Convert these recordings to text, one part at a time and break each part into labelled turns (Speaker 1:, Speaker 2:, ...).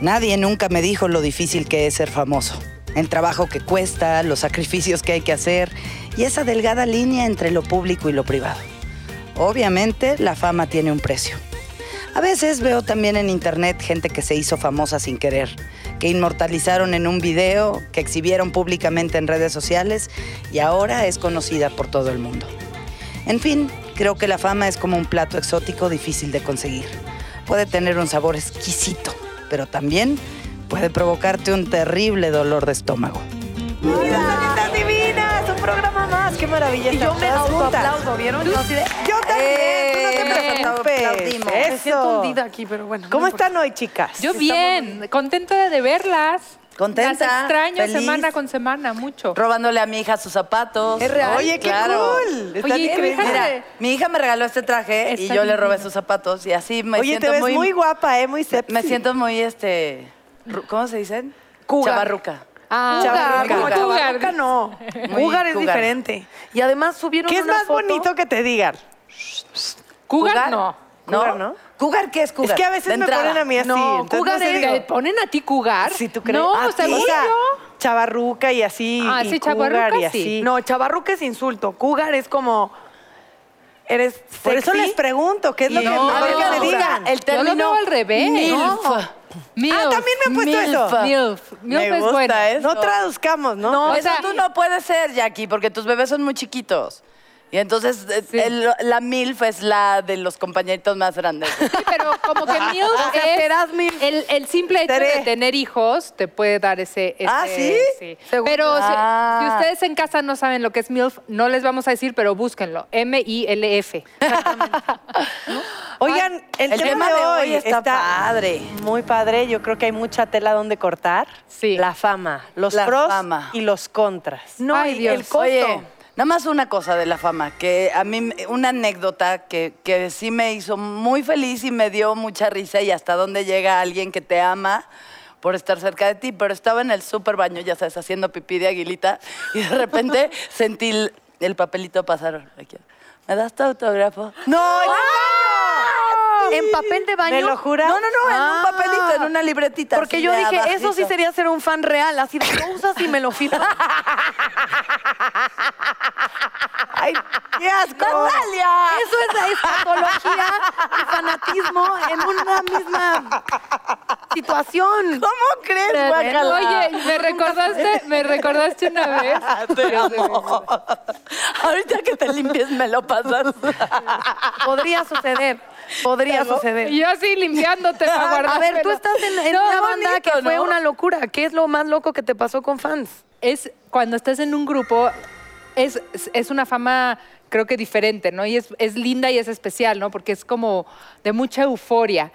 Speaker 1: Nadie nunca me dijo lo difícil que es ser famoso, el trabajo que cuesta, los sacrificios que hay que hacer y esa delgada línea entre lo público y lo privado. Obviamente la fama tiene un precio. A veces veo también en internet gente que se hizo famosa sin querer, que inmortalizaron en un video, que exhibieron públicamente en redes sociales y ahora es conocida por todo el mundo. En fin, creo que la fama es como un plato exótico difícil de conseguir. Puede tener un sabor exquisito, pero también puede provocarte un terrible dolor de estómago.
Speaker 2: ¡Estás divinas! Un programa más, qué maravilla.
Speaker 3: Y yo me autoaplaudo, ¿vieron? Yo así de-
Speaker 2: Yo también, tú no te preocupes.
Speaker 1: aplaudimos.
Speaker 3: Me siento
Speaker 2: Eso.
Speaker 3: hundida aquí, pero bueno. no
Speaker 2: ¿Cómo
Speaker 3: importa.
Speaker 2: están hoy, chicas?
Speaker 4: Yo bien, contenta de verlas.
Speaker 1: Contenta,
Speaker 4: Las extraño
Speaker 1: feliz.
Speaker 4: semana con semana, mucho.
Speaker 1: Robándole a mi hija sus zapatos.
Speaker 2: Es real.
Speaker 1: Oye,
Speaker 2: Oye, qué
Speaker 1: claro.
Speaker 2: cool. Está
Speaker 4: Oye, ¿y qué
Speaker 2: increíble.
Speaker 4: dejaste?
Speaker 1: Mira, mi hija me regaló este traje y
Speaker 4: Está
Speaker 1: yo le
Speaker 4: divino.
Speaker 1: robé sus zapatos y así me
Speaker 2: Oye,
Speaker 1: siento
Speaker 2: te ves
Speaker 1: muy,
Speaker 2: muy, guapa, ¿eh? Muy sexy.
Speaker 1: me siento muy este ru- ¿cómo se dicen?
Speaker 3: Cuga.
Speaker 1: Chavarruca.
Speaker 4: Ah,
Speaker 2: Chavarruca.
Speaker 4: como
Speaker 1: Chavarruca.
Speaker 4: Cougar.
Speaker 3: Chavarruca no.
Speaker 1: Muy
Speaker 3: Cougar es
Speaker 1: cougar.
Speaker 3: diferente. Y además subieron
Speaker 2: ¿Qué es
Speaker 3: una
Speaker 2: más
Speaker 3: foto-
Speaker 2: bonito que te digan?
Speaker 4: Cougar no.
Speaker 1: ¿No?
Speaker 2: Cougar, ¿no?
Speaker 1: ¿Cougar qué es cougar?
Speaker 2: Es que a veces
Speaker 1: De
Speaker 2: me
Speaker 1: entrada.
Speaker 2: ponen a mí así.
Speaker 3: No,
Speaker 2: entonces
Speaker 3: Cougar
Speaker 2: sé,
Speaker 3: es...
Speaker 2: digo,
Speaker 3: ¿Te ponen a ti Cougar?
Speaker 2: Si tú crees.
Speaker 4: No,
Speaker 2: ¿A ti?
Speaker 4: según
Speaker 2: O sea,
Speaker 4: yo.
Speaker 2: Chavarruca y así.
Speaker 4: Ah,
Speaker 2: y
Speaker 4: sí,
Speaker 2: cougar
Speaker 4: chavarruca,
Speaker 2: y
Speaker 4: sí.
Speaker 2: así.
Speaker 3: No, chavarruca es insulto. Cougar es como... Eres sexy.
Speaker 2: Por eso les pregunto, ¿qué es lo que
Speaker 4: No,
Speaker 2: mejor
Speaker 1: A ver,
Speaker 2: que
Speaker 1: ¿qué
Speaker 2: me
Speaker 1: les
Speaker 2: digan?
Speaker 1: gusta? El
Speaker 4: Yo lo
Speaker 1: término
Speaker 4: veo al revés.
Speaker 1: milf.
Speaker 4: Milf.
Speaker 2: Ah, también me han puesto
Speaker 1: Milf.
Speaker 2: eso.
Speaker 4: Milf. Milf
Speaker 1: Me
Speaker 4: es
Speaker 1: gusta
Speaker 4: bueno.
Speaker 1: eso.
Speaker 2: No traduzcamos, ¿no?
Speaker 3: No,
Speaker 4: O
Speaker 1: Eso
Speaker 4: sea-
Speaker 1: tú no puedes ser, Jackie, porque tus bebés son muy chiquitos. Y entonces eh,
Speaker 4: Sí.
Speaker 1: el- la MILF es la de los compañeritos más grandes.
Speaker 4: Sí, pero como que milf es
Speaker 3: Ah, serás milf.
Speaker 4: El, el simple hecho
Speaker 2: Seré.
Speaker 4: de tener hijos te puede dar ese... ese-
Speaker 2: Ah, ¿sí?
Speaker 3: Según-
Speaker 4: Pero si-
Speaker 1: Ah.
Speaker 4: si, ustedes en casa no saben lo que es milf, no les vamos a decir, pero búsquenlo. M-I-L-F.
Speaker 2: Oigan, el, tema, de hoy está,
Speaker 1: padre.
Speaker 2: muy padre. Yo creo que hay mucha tela donde cortar.
Speaker 4: Sí.
Speaker 2: La fama, los
Speaker 1: La
Speaker 2: pros
Speaker 1: fama.
Speaker 2: y los contras.
Speaker 3: No,
Speaker 4: Ay,
Speaker 3: y
Speaker 4: Dios.
Speaker 3: el costo.
Speaker 1: Oye, nada más una cosa de la fama, que a mí me- una anécdota que, que sí me hizo muy feliz y me dio mucha risa y hasta dónde llega alguien que te ama por estar cerca de ti, pero estaba en el super baño, ya sabes, haciendo pipí de aguilita y de repente sentí el, el papelito pasar. Aquí. ¿Me das tu autógrafo?
Speaker 2: No, en el baño.
Speaker 3: ¿En papel de baño?
Speaker 2: ¡Ah! ¿Me lo juras?
Speaker 1: Ah, No, no, no, en
Speaker 3: Ah.
Speaker 1: un papelito, en una libretita.
Speaker 3: Porque
Speaker 1: así
Speaker 3: yo
Speaker 1: de
Speaker 3: dije, eso sí
Speaker 1: abajito.
Speaker 3: sería ser un fan real, así de cosas y me lo firma.
Speaker 2: Ay, qué asco.
Speaker 1: ¡Natalia!
Speaker 3: Eso es la escatología y fanatismo en una misma situación.
Speaker 1: ¿Cómo crees, guácala?
Speaker 4: Oye, me recordaste, me recordaste una vez.
Speaker 1: Te amo. Ahorita que te limpies me lo pasas.
Speaker 3: Podría suceder.
Speaker 5: Ah,
Speaker 3: Podría
Speaker 4: Y
Speaker 3: suceder.
Speaker 4: yo así limpiándote para
Speaker 3: A ver, tú
Speaker 4: guardármelo.
Speaker 3: estás en, en
Speaker 4: No,
Speaker 3: una
Speaker 4: bonito,
Speaker 3: banda que fue
Speaker 4: ¿no?
Speaker 3: una locura. ¿Qué es lo más loco que te pasó con fans?
Speaker 4: Es cuando estás en un grupo, es, es- es una fama creo que diferente, ¿no? Y es, es linda y es especial, ¿no? Porque es como de mucha euforia.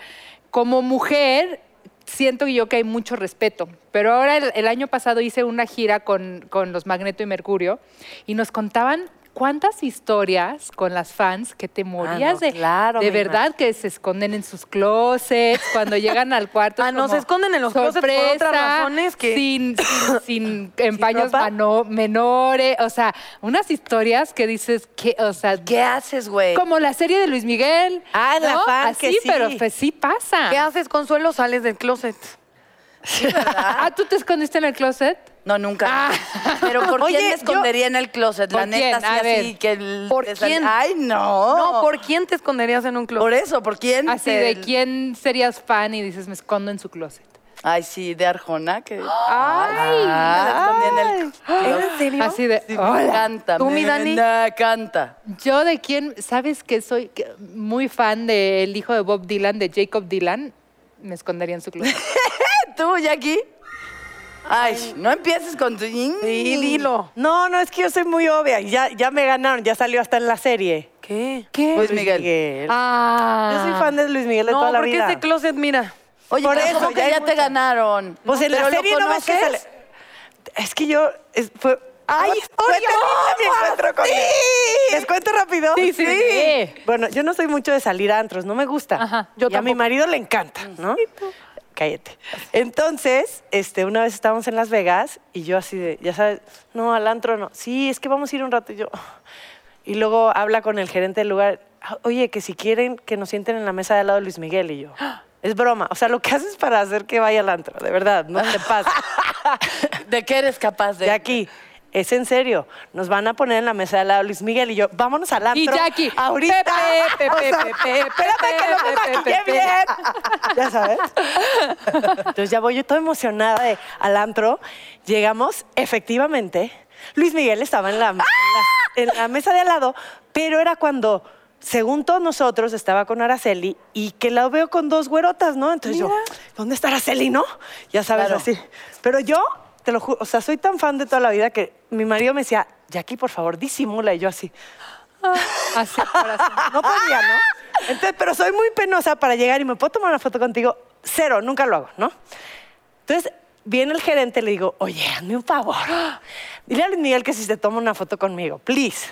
Speaker 4: Como mujer, siento yo que hay mucho respeto. Pero ahora el, el año pasado hice una gira con, con los Magneto y Mercurio y nos contaban cuántas historias con las fans que te morías
Speaker 3: Ah, no,
Speaker 4: de,
Speaker 3: claro,
Speaker 4: de
Speaker 3: me
Speaker 4: verdad que se esconden en sus closets cuando llegan al cuarto. es
Speaker 3: Ah, no,
Speaker 4: como
Speaker 3: se esconden en los closets por otras
Speaker 4: sorpresa,
Speaker 3: razones que-
Speaker 4: Sin, sin, sin- en paños
Speaker 2: ropa?
Speaker 4: mano- menores. O sea, unas historias que dices que, o sea,
Speaker 1: ¿Qué haces, güey?
Speaker 4: como la serie de Luis Miguel.
Speaker 2: Ah, la
Speaker 4: ¿no?
Speaker 2: fan
Speaker 4: Así,
Speaker 2: que sí.
Speaker 4: pero pues sí pasa.
Speaker 3: ¿Qué haces, Consuelo? Sales del closet.
Speaker 4: Ah, ¿tú te escondiste en el closet?
Speaker 1: No, nunca.
Speaker 4: Ah.
Speaker 1: Pero ¿por
Speaker 2: Oye,
Speaker 1: quién me escondería en el closet? La
Speaker 4: ¿Por
Speaker 1: neta,
Speaker 4: quién? A
Speaker 1: así, así
Speaker 4: ver.
Speaker 1: que... el-
Speaker 3: ¿Por
Speaker 1: te sal-
Speaker 3: quién?
Speaker 1: Ay, no.
Speaker 3: No, ¿por quién te esconderías en un
Speaker 1: Por
Speaker 3: closet?
Speaker 1: eso, ¿por quién?
Speaker 4: Así
Speaker 1: Te-
Speaker 4: de quién serías fan y dices, me escondo en su closet.
Speaker 1: Ay, sí, de Arjona, que...
Speaker 4: Ay.
Speaker 1: También el...
Speaker 3: ¿En serio?
Speaker 4: Así de,
Speaker 1: Sí,
Speaker 4: hola.
Speaker 1: Canta,
Speaker 3: ¿Tú, mi
Speaker 1: me-
Speaker 3: Dani?
Speaker 1: na- Canta.
Speaker 4: Yo de quién, sabes que soy que- muy fan del hijo de Bob Dylan, de Jacob Dylan, me escondería en su closet.
Speaker 1: ¿Tú, Jackie? Ay, no empieces con tu...
Speaker 3: Sí, dilo.
Speaker 2: No, no, es que yo soy muy obvia. Ya, ya me ganaron, ya salió hasta en la serie.
Speaker 3: ¿Qué? Pues
Speaker 4: ¿Qué?
Speaker 1: Luis Pues, Miguel.
Speaker 4: Ah.
Speaker 2: Yo soy fan de Luis Miguel de
Speaker 3: No,
Speaker 2: toda la
Speaker 3: porque
Speaker 2: vida.
Speaker 3: ese closet, mira.
Speaker 1: Oye,
Speaker 2: Por
Speaker 1: pero
Speaker 2: eso,
Speaker 1: ¿cómo que
Speaker 2: ya hay
Speaker 1: ya te
Speaker 2: mucha-
Speaker 1: ganaron?
Speaker 2: Pues en la
Speaker 1: ¿Pero lo
Speaker 2: serie no ves que sale.
Speaker 1: conoces?
Speaker 2: Es que yo. es- fue, ¡Ay, fue terrible mi encuentro con él. ¿Les cuento rápido?
Speaker 4: Sí, sí, sí.
Speaker 2: Bueno, yo no soy mucho de salir a antros, no me gusta.
Speaker 4: Ajá,
Speaker 2: yo
Speaker 4: yo
Speaker 2: y a mi marido le encanta, ¿no? Cállate. Entonces, este, una vez estábamos en Las Vegas y yo así de, ya sabes, no, al antro no. Sí, es que vamos a ir un rato y yo. Y luego habla con el gerente del lugar. "Ah, Oye, que si quieren que nos sienten en la mesa de al lado de Luis Miguel y yo. Es broma. O sea, lo que haces para hacer que vaya al antro, de verdad, no te pasa.
Speaker 3: ¿De qué eres capaz de?
Speaker 2: De aquí. Es en serio. Nos van a poner en la mesa de lado Luis Miguel y yo. Vámonos al antro.
Speaker 4: Y Jackie.
Speaker 2: Ahorita.
Speaker 4: Pepe, pepe, pepe,
Speaker 2: espérame que no me
Speaker 4: pepe,
Speaker 2: maquillé
Speaker 4: pepe.
Speaker 2: bien. Ya sabes. Entonces ya voy yo toda emocionada de, al antro. Llegamos, efectivamente. Luis Miguel estaba en la, en la- en la mesa de al lado, pero era cuando, según todos nosotros, estaba con Araceli y que la veo con dos güerotas, ¿no? Entonces yo, ¿dónde está Araceli, no? Ya sabes,
Speaker 3: Claro.
Speaker 2: así. Pero yo, te lo juro, o sea, soy tan fan de toda la vida que mi marido me decía, Jackie, por favor, disimula. Y yo así,
Speaker 4: Así, corazón.
Speaker 2: no podía, ¿no? Entonces, pero soy muy penosa para llegar y me puedo tomar una foto contigo. Cero, nunca lo hago, ¿no? Entonces, viene el gerente, le digo, oye, hazme un favor. Dile a Luis Miguel que si se toma una foto conmigo, please.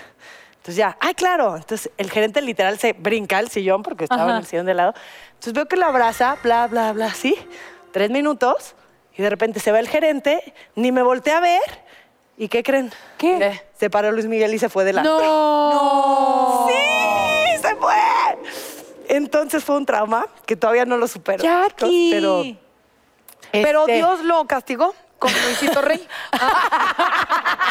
Speaker 2: Entonces ya, ay, claro. Entonces el gerente literal se brinca al sillón porque estaba en
Speaker 4: Ajá.
Speaker 2: el sillón de lado. Entonces veo que lo abraza, bla, bla, bla, así. Tres minutos y de repente se va el gerente, ni me voltea a ver. ¿Y qué creen?
Speaker 4: ¿Qué?
Speaker 3: ¿Qué?
Speaker 2: Se paró Luis Miguel y se fue delante.
Speaker 4: No.
Speaker 2: ¡Sí! ¡Se fue! Entonces fue un trauma que todavía no lo supero.
Speaker 4: Jackie.
Speaker 2: Pero,
Speaker 5: Pero
Speaker 2: este,
Speaker 5: Dios lo castigó con Luisito Rey.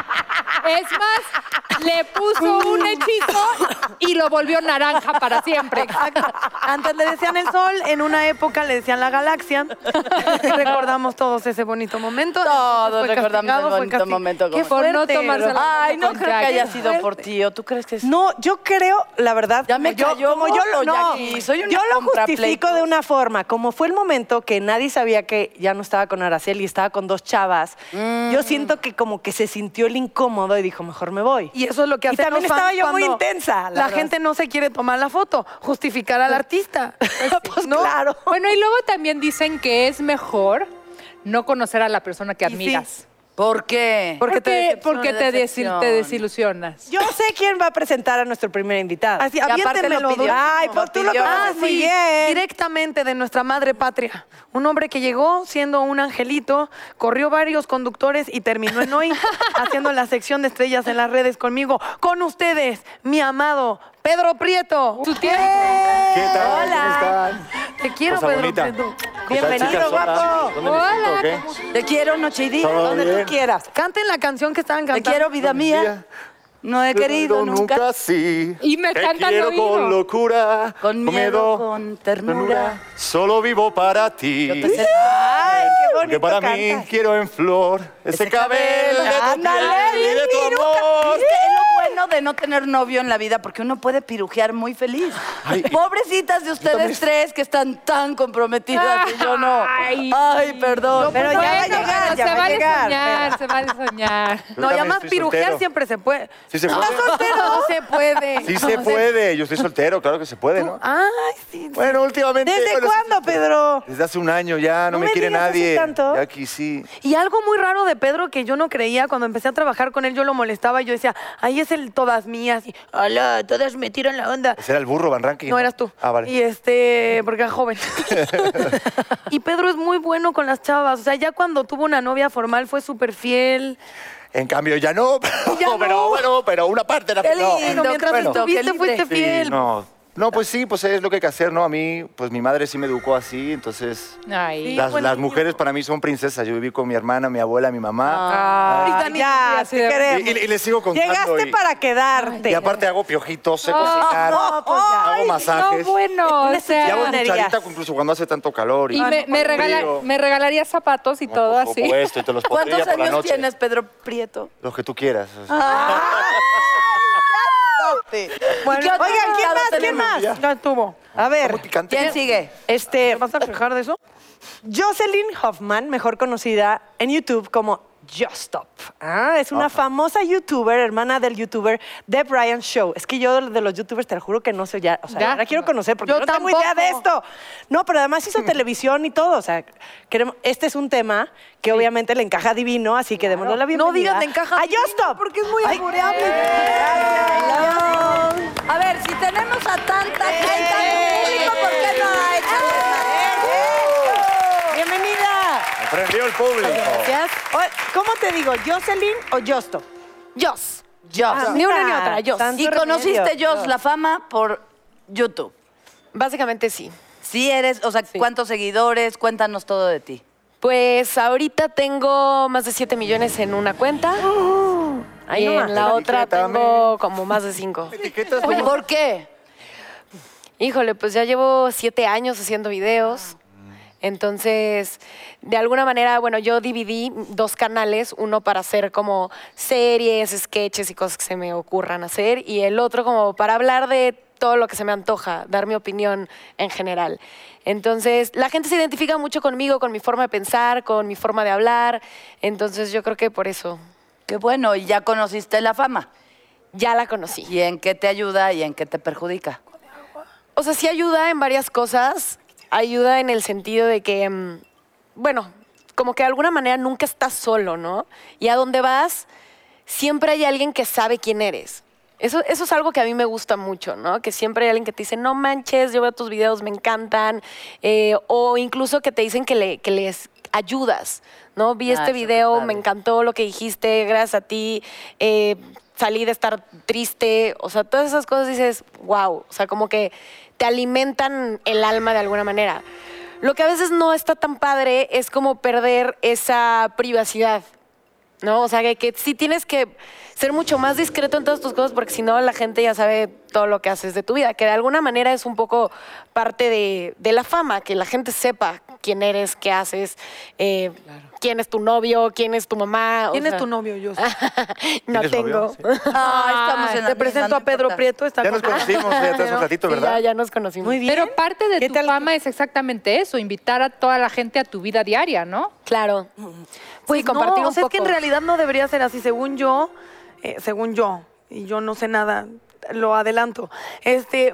Speaker 4: Es más, le puso un hechizo y lo volvió naranja para siempre.
Speaker 5: Exacto. Antes le decían el sol, en una época le decían la galaxia. Y recordamos todos ese bonito momento.
Speaker 3: Todos
Speaker 5: Entonces fue
Speaker 3: recordamos el
Speaker 5: castigado, fue
Speaker 3: bonito
Speaker 5: castig-
Speaker 3: momento
Speaker 5: Qué
Speaker 3: con-
Speaker 4: Por no
Speaker 5: fuerte.
Speaker 4: tomarse la-
Speaker 3: Ay, no
Speaker 4: Con
Speaker 3: creo que haya
Speaker 4: Jackie.
Speaker 3: sido por ti. ¿O tú crees que sí?
Speaker 2: No, yo creo, la verdad.
Speaker 3: Ya me
Speaker 2: como
Speaker 3: cayó
Speaker 2: yo, como yo lo-
Speaker 3: gordo,
Speaker 2: no,
Speaker 3: Jackie. Soy una
Speaker 2: yo lo justifico
Speaker 3: contrapleitos.
Speaker 2: de una forma. Como fue el momento que nadie sabía que ya no estaba con Araceli, estaba con dos chavas,
Speaker 3: Mm.
Speaker 2: yo siento que como que se sintió el incómodo y dijo, mejor me voy.
Speaker 5: Y eso es lo que
Speaker 2: Y
Speaker 5: hacen
Speaker 2: también
Speaker 5: los fans
Speaker 2: estaba yo muy
Speaker 5: cuando
Speaker 2: intensa, la
Speaker 5: La,
Speaker 2: verdad.
Speaker 5: gente no se quiere tomar la foto, justificar al artista.
Speaker 2: Pues claro.
Speaker 4: Bueno, y luego también dicen que es mejor no conocer a la persona que
Speaker 5: sí.
Speaker 4: admiras.
Speaker 3: ¿Por qué?
Speaker 5: Porque te
Speaker 4: Porque- porque
Speaker 3: decepciona,
Speaker 4: te, desi-
Speaker 3: decepciona.
Speaker 4: te desilusionas.
Speaker 2: Yo sé quién va a presentar a nuestro primer invitado.
Speaker 5: Así,
Speaker 3: Y Ah, aparte lo
Speaker 5: aviéntemelo.
Speaker 3: pidió.
Speaker 5: Dulce.
Speaker 2: Ay, pues tú lo
Speaker 3: pidió.
Speaker 2: conoces
Speaker 5: Ah,
Speaker 2: muy
Speaker 5: sí,
Speaker 2: bien.
Speaker 5: Directamente de nuestra madre patria. Un hombre que llegó siendo un angelito, corrió varios conductores y terminó en hoy haciendo la sección de estrellas en las redes conmigo. Con ustedes, mi amado Pedro Prieto.
Speaker 4: Tú tienes-
Speaker 6: ¿Qué tal?
Speaker 5: Hola.
Speaker 6: ¿Cómo están?
Speaker 5: Te quiero,
Speaker 6: Cosa
Speaker 5: Pedro
Speaker 6: bonita.
Speaker 5: Prieto.
Speaker 6: ¿Qué tal,
Speaker 2: Bienvenido,
Speaker 6: chicas? Hola.
Speaker 2: guapo.
Speaker 6: ¿Dónde me siento,
Speaker 4: Hola,
Speaker 6: o qué?
Speaker 4: ¿cómo estás?
Speaker 3: Te quiero noche y día.
Speaker 6: Todo
Speaker 3: donde
Speaker 6: bien.
Speaker 3: tú quieras.
Speaker 5: Canten la canción que estaban
Speaker 3: Te
Speaker 5: cantando.
Speaker 3: quiero vida mía.
Speaker 7: No he
Speaker 6: Te
Speaker 7: querido
Speaker 6: quiero
Speaker 7: nunca.
Speaker 6: sí.
Speaker 4: Y me
Speaker 6: Te
Speaker 4: canta al
Speaker 6: quiero
Speaker 4: oído.
Speaker 6: con locura.
Speaker 7: Con miedo, con ternura.
Speaker 6: Solo vivo para ti.
Speaker 2: Ay, qué bonito
Speaker 6: Porque para mí
Speaker 2: cantas.
Speaker 6: quiero en flor ese cabello de tu piel y de tu amor.
Speaker 7: Es que es lo bueno de no tener novio en la vida, porque uno puede pirujear muy feliz.
Speaker 6: Ay, y-
Speaker 7: Pobrecitas de ustedes tres que están tan comprometidas y yo no.
Speaker 4: Ay.
Speaker 7: Ay, perdón.
Speaker 2: Pero ya va a
Speaker 4: Bueno,
Speaker 2: llegar, ya
Speaker 4: bueno, se
Speaker 2: va a
Speaker 4: vale
Speaker 2: llegar.
Speaker 4: soñar, se vale soñar.
Speaker 6: Yo
Speaker 5: No, y
Speaker 6: también
Speaker 5: además
Speaker 6: estoy
Speaker 5: pirujear
Speaker 6: soltero.
Speaker 5: siempre se puede.
Speaker 6: Sí se puede.
Speaker 5: No se puede.
Speaker 6: Sí se puede. Yo estoy soltero, claro que se puede, ¿no?
Speaker 5: Ay, sí.
Speaker 6: Bueno, últimamente.
Speaker 2: ¿Desde
Speaker 6: bueno,
Speaker 2: cuándo, Pedro?
Speaker 6: Desde hace un año ya, no,
Speaker 2: No
Speaker 6: me,
Speaker 2: me
Speaker 6: quiere
Speaker 2: digas, ¿hace
Speaker 6: nadie.
Speaker 2: tanto?
Speaker 6: Ya aquí sí.
Speaker 5: Y algo muy raro de Pedro que yo no creía, cuando empecé a trabajar con él, yo lo molestaba, yo decía, ahí es el todas mías, y hola, todas me tiran la onda.
Speaker 6: Ese era el burro Van Ranking.
Speaker 5: No eras tú.
Speaker 6: Ah, vale.
Speaker 5: Y este, porque era joven. y Pedro es muy bueno con las chavas. O sea, ya cuando tuvo una novia formal fue súper fiel.
Speaker 6: En cambio, ya no. Pero,
Speaker 5: Ya no.
Speaker 6: pero, bueno, pero una parte era
Speaker 3: Qué
Speaker 6: no.
Speaker 3: lindo,
Speaker 5: Pero mientras
Speaker 3: qué bonito, qué
Speaker 5: estuviste,
Speaker 3: libre.
Speaker 5: fuiste
Speaker 6: Sí,
Speaker 5: fiel.
Speaker 6: no. No, pues sí, pues es lo que hay que hacer, ¿no? A mí, pues mi madre sí me educó así, entonces.
Speaker 4: Ay.
Speaker 6: Las,
Speaker 5: buen
Speaker 6: las
Speaker 5: niño.
Speaker 6: mujeres para mí son princesas. Yo viví con mi hermana, mi abuela, mi mamá.
Speaker 4: Ay,
Speaker 2: Ah,
Speaker 4: Dani,
Speaker 2: ya,
Speaker 4: así
Speaker 2: te
Speaker 4: de-
Speaker 6: Y,
Speaker 2: queremos.
Speaker 6: y- y les sigo contando.
Speaker 2: Llegaste
Speaker 6: y,
Speaker 2: para quedarte.
Speaker 6: y aparte hago piojitos, sé cocinar,
Speaker 2: no, pues ya.
Speaker 6: hago
Speaker 4: No,
Speaker 6: masajes.
Speaker 4: bueno, o
Speaker 6: y hago
Speaker 4: sea.
Speaker 2: necesidad.
Speaker 6: cucharita incluso cuando hace tanto calor.
Speaker 4: Y me, me regala-
Speaker 6: frío.
Speaker 4: me regalaría zapatos y
Speaker 6: Por
Speaker 4: todo así.
Speaker 6: supuesto, y te los pondría
Speaker 3: ¿Cuántos
Speaker 6: por la
Speaker 3: años
Speaker 6: noche.
Speaker 3: tienes, Pedro Prieto?
Speaker 6: Los que tú quieras. o sea.
Speaker 3: ¿Y qué otro
Speaker 2: Oigan, ¿quién
Speaker 3: invitado
Speaker 2: más? ¿Quién
Speaker 3: tenemos?
Speaker 2: más?
Speaker 5: Ya estuvo.
Speaker 2: A ver,
Speaker 3: ¿Quién sigue?
Speaker 2: este,
Speaker 5: ¿Vas a quejar de eso?
Speaker 2: Jocelyn Hoffman, mejor conocida en YouTube como Justop. Ah, es una famosa youtuber, hermana del youtuber The Brian Show. Es que yo de los youtubers te lo juro que no sé ya. O sea,
Speaker 4: Ya.
Speaker 2: ahora quiero conocer porque
Speaker 5: Yo
Speaker 2: yo no tengo idea de
Speaker 5: tampoco.
Speaker 2: esto. No, pero además hizo televisión y todo. O sea, queremos, este es un tema que obviamente le encaja divino, así que démosle la bienvenida.
Speaker 5: No digas, le encaja
Speaker 2: A
Speaker 5: divino,
Speaker 2: Justop.
Speaker 5: porque es muy amoreable.
Speaker 3: A ver, si tenemos a tanta gente en público, ¿por qué no la echan?
Speaker 2: Bienvenida.
Speaker 6: Prendió el público.
Speaker 2: O- ¿Cómo te digo? ¿Jocelyn o Justop?
Speaker 3: Jos. Jos.
Speaker 2: Ni una ni otra, Joss.
Speaker 3: Y
Speaker 2: Tanto
Speaker 3: conociste
Speaker 2: remedio.
Speaker 3: Jos la fama por YouTube.
Speaker 8: Básicamente sí.
Speaker 1: Sí eres, o sea, ¿cuántos seguidores? Cuéntanos todo de ti.
Speaker 5: Pues ahorita tengo más de 7 millones en una cuenta. Ahí y en la otra
Speaker 6: Etiquétame.
Speaker 5: tengo como más de 5.
Speaker 6: Etiquetas
Speaker 5: Oye, Pues, ¿Por qué? Híjole, pues ya llevo siete años haciendo videos. Entonces, de alguna manera, bueno, yo dividí dos canales, uno para hacer como series, sketches y cosas que se me ocurran hacer, y el otro como para hablar de todo lo que se me antoja, dar mi opinión en general. Entonces, la gente se identifica mucho conmigo, con mi forma de pensar, con mi forma de hablar, entonces yo creo que por eso
Speaker 1: Qué bueno, y ya conociste la fama.
Speaker 5: ya la conocí.
Speaker 1: ¿Y en qué te ayuda y en qué te perjudica?
Speaker 5: O sea, sí ayuda en varias cosas. Ayuda en el sentido de que, mm, bueno, como que de alguna manera nunca estás solo, ¿no? Y a donde vas, siempre hay alguien que sabe quién eres. Eso, eso es algo que a mí me gusta mucho, ¿no? Que siempre hay alguien que te dice, no manches, yo veo tus videos, me encantan. eh, o incluso que te dicen que, le- que les ayudas, ¿no? Vi
Speaker 1: Ah, eso
Speaker 5: este
Speaker 1: está
Speaker 5: video, me
Speaker 1: padre.
Speaker 5: encantó lo que dijiste, gracias a ti. eh, salí de estar triste. O sea, todas esas cosas dices, wow. O sea, como que te alimentan el alma de alguna manera. Lo que a veces no está tan padre es como perder esa privacidad. ¿no? O sea, que, que sí tienes que ser mucho más discreto en todas tus cosas porque si no la gente ya sabe todo lo que haces de tu vida, que de alguna manera es un poco parte de, de la fama, que la gente sepa quién eres, qué haces, eh, quién es tu novio, quién es tu mamá. o
Speaker 3: ¿Quién es
Speaker 5: sea,
Speaker 3: tu novio, yo?
Speaker 5: no
Speaker 6: ¿Tienes
Speaker 5: tengo.
Speaker 6: novio? Sí.
Speaker 3: Te presento a Pedro Prieto, está
Speaker 6: Ya nos
Speaker 3: conmigo.
Speaker 6: conocimos eh, hace un ratito,
Speaker 5: Sí, ya,
Speaker 6: ¿verdad?
Speaker 5: ya nos conocimos.
Speaker 2: Muy bien.
Speaker 4: Pero parte de
Speaker 2: ¿Qué
Speaker 4: tu
Speaker 2: tal?
Speaker 4: fama es exactamente eso, invitar a toda la gente a tu vida diaria, ¿no?
Speaker 5: Claro. Pues
Speaker 3: Pues no,
Speaker 5: compartir
Speaker 3: o
Speaker 5: un
Speaker 3: sea,
Speaker 5: poco.
Speaker 3: es que en realidad no debería ser así, según yo, eh, según yo, y yo no sé nada, lo adelanto. Este,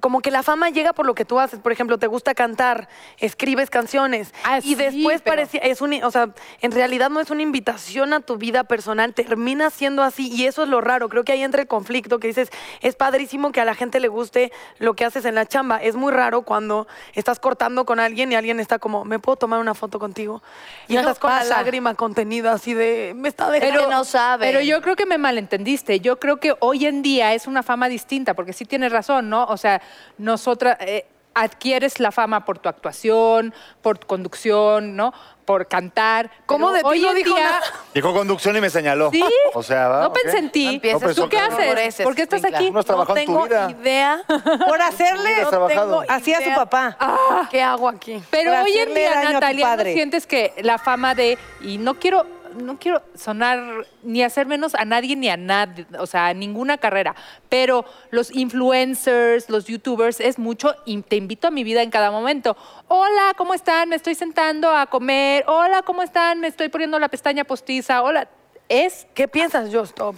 Speaker 3: como que la fama llega por lo que tú haces, por ejemplo, te gusta cantar, escribes canciones
Speaker 4: Ah,
Speaker 3: y
Speaker 4: sí,
Speaker 3: después
Speaker 4: pero-
Speaker 3: parecía es un, o sea, en realidad no es una invitación a tu vida personal, termina siendo así y eso es lo raro, creo que ahí entra el conflicto que dices, es padrísimo que a la gente le guste lo que haces en la chamba, es muy raro cuando estás cortando con alguien y alguien está como, "¿Me puedo tomar una foto contigo?" Y
Speaker 4: Eso
Speaker 3: estás con la
Speaker 4: pasa.
Speaker 3: lágrima contenida así de, "Me está dejando
Speaker 1: Pero no sabe.
Speaker 4: Pero yo creo que me malentendiste. Yo creo que hoy en día es una fama distinta, porque sí tienes razón, ¿no? O sea, nosotras eh, adquieres la fama por tu actuación, por tu conducción, ¿no? Por cantar.
Speaker 3: ¿Cómo
Speaker 4: Pero
Speaker 3: de ti
Speaker 4: hoy
Speaker 3: no
Speaker 4: en
Speaker 3: dijo
Speaker 4: día-
Speaker 3: nada?
Speaker 6: Llegó conducción y me señaló.
Speaker 4: Sí.
Speaker 6: O sea, va,
Speaker 4: No
Speaker 6: ¿o
Speaker 4: pensé
Speaker 6: qué?
Speaker 4: en
Speaker 1: No
Speaker 4: ti.
Speaker 1: empieces
Speaker 6: No,
Speaker 4: ¿Tú
Speaker 6: pues,
Speaker 4: qué
Speaker 6: no
Speaker 4: haces?
Speaker 1: progreses,
Speaker 4: ¿Por qué estás
Speaker 1: Twinkla.
Speaker 4: aquí?
Speaker 6: No has trabajado en tu
Speaker 3: tengo
Speaker 6: vida.
Speaker 3: idea,
Speaker 2: Por hacerle
Speaker 6: has trabajado.
Speaker 3: tengo
Speaker 2: así a su
Speaker 3: idea.
Speaker 2: papá.
Speaker 3: Ah, ¿qué hago aquí?
Speaker 4: Pero
Speaker 2: por
Speaker 4: hoy en
Speaker 2: hacerle
Speaker 4: día,
Speaker 2: daño a tu
Speaker 4: Natalia, ¿no
Speaker 2: padre.
Speaker 4: sientes que la fama de. Y no quiero. No quiero sonar ni hacer menos a nadie ni a nadie, o sea, a ninguna carrera, pero los influencers, los youtubers, es mucho, y te invito a mi vida en cada momento. Hola, ¿cómo están? Me estoy sentando a comer. Hola, ¿cómo están? Me estoy poniendo la pestaña postiza. Hola, es
Speaker 3: ¿Qué piensas, yo stop?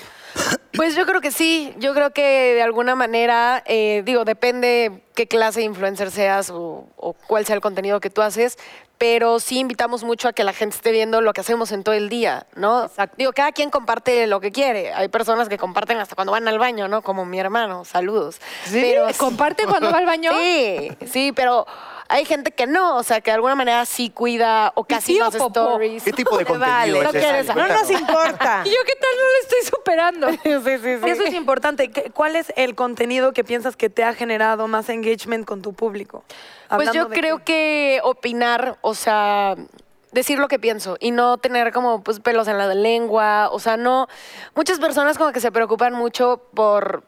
Speaker 5: Pues yo creo que sí, yo creo que de alguna manera, eh, digo, depende qué clase de influencer seas o, o cuál sea el contenido que tú haces, pero sí invitamos mucho a que la gente esté viendo lo que hacemos en todo el día, ¿no?
Speaker 4: Exacto.
Speaker 5: Digo, cada quien comparte lo que quiere. Hay personas que comparten hasta cuando van al baño, ¿no? Como mi hermano, saludos. Pero sí-
Speaker 4: comparte cuando va al baño.
Speaker 5: Sí, sí, pero hay gente que no, o sea, que de alguna manera sí cuida o casi
Speaker 4: sí
Speaker 5: no
Speaker 4: o
Speaker 5: hace
Speaker 4: popó?
Speaker 5: stories.
Speaker 6: ¿Qué tipo de
Speaker 5: Me vale,
Speaker 6: contenido
Speaker 5: no
Speaker 6: es ese?
Speaker 5: quieres-
Speaker 2: No
Speaker 6: Cuéntanos.
Speaker 2: nos importa.
Speaker 4: ¿Y yo qué tal no lo estoy superando?
Speaker 3: Eso es importante. ¿Qué- ¿Cuál es el contenido que piensas que te ha generado más engagement con tu público?
Speaker 5: Pues
Speaker 3: Hablando
Speaker 5: yo
Speaker 3: de
Speaker 5: creo que opinar, o sea, decir lo que pienso y no tener como pues pelos en la lengua, o sea, no muchas personas como que se preocupan mucho por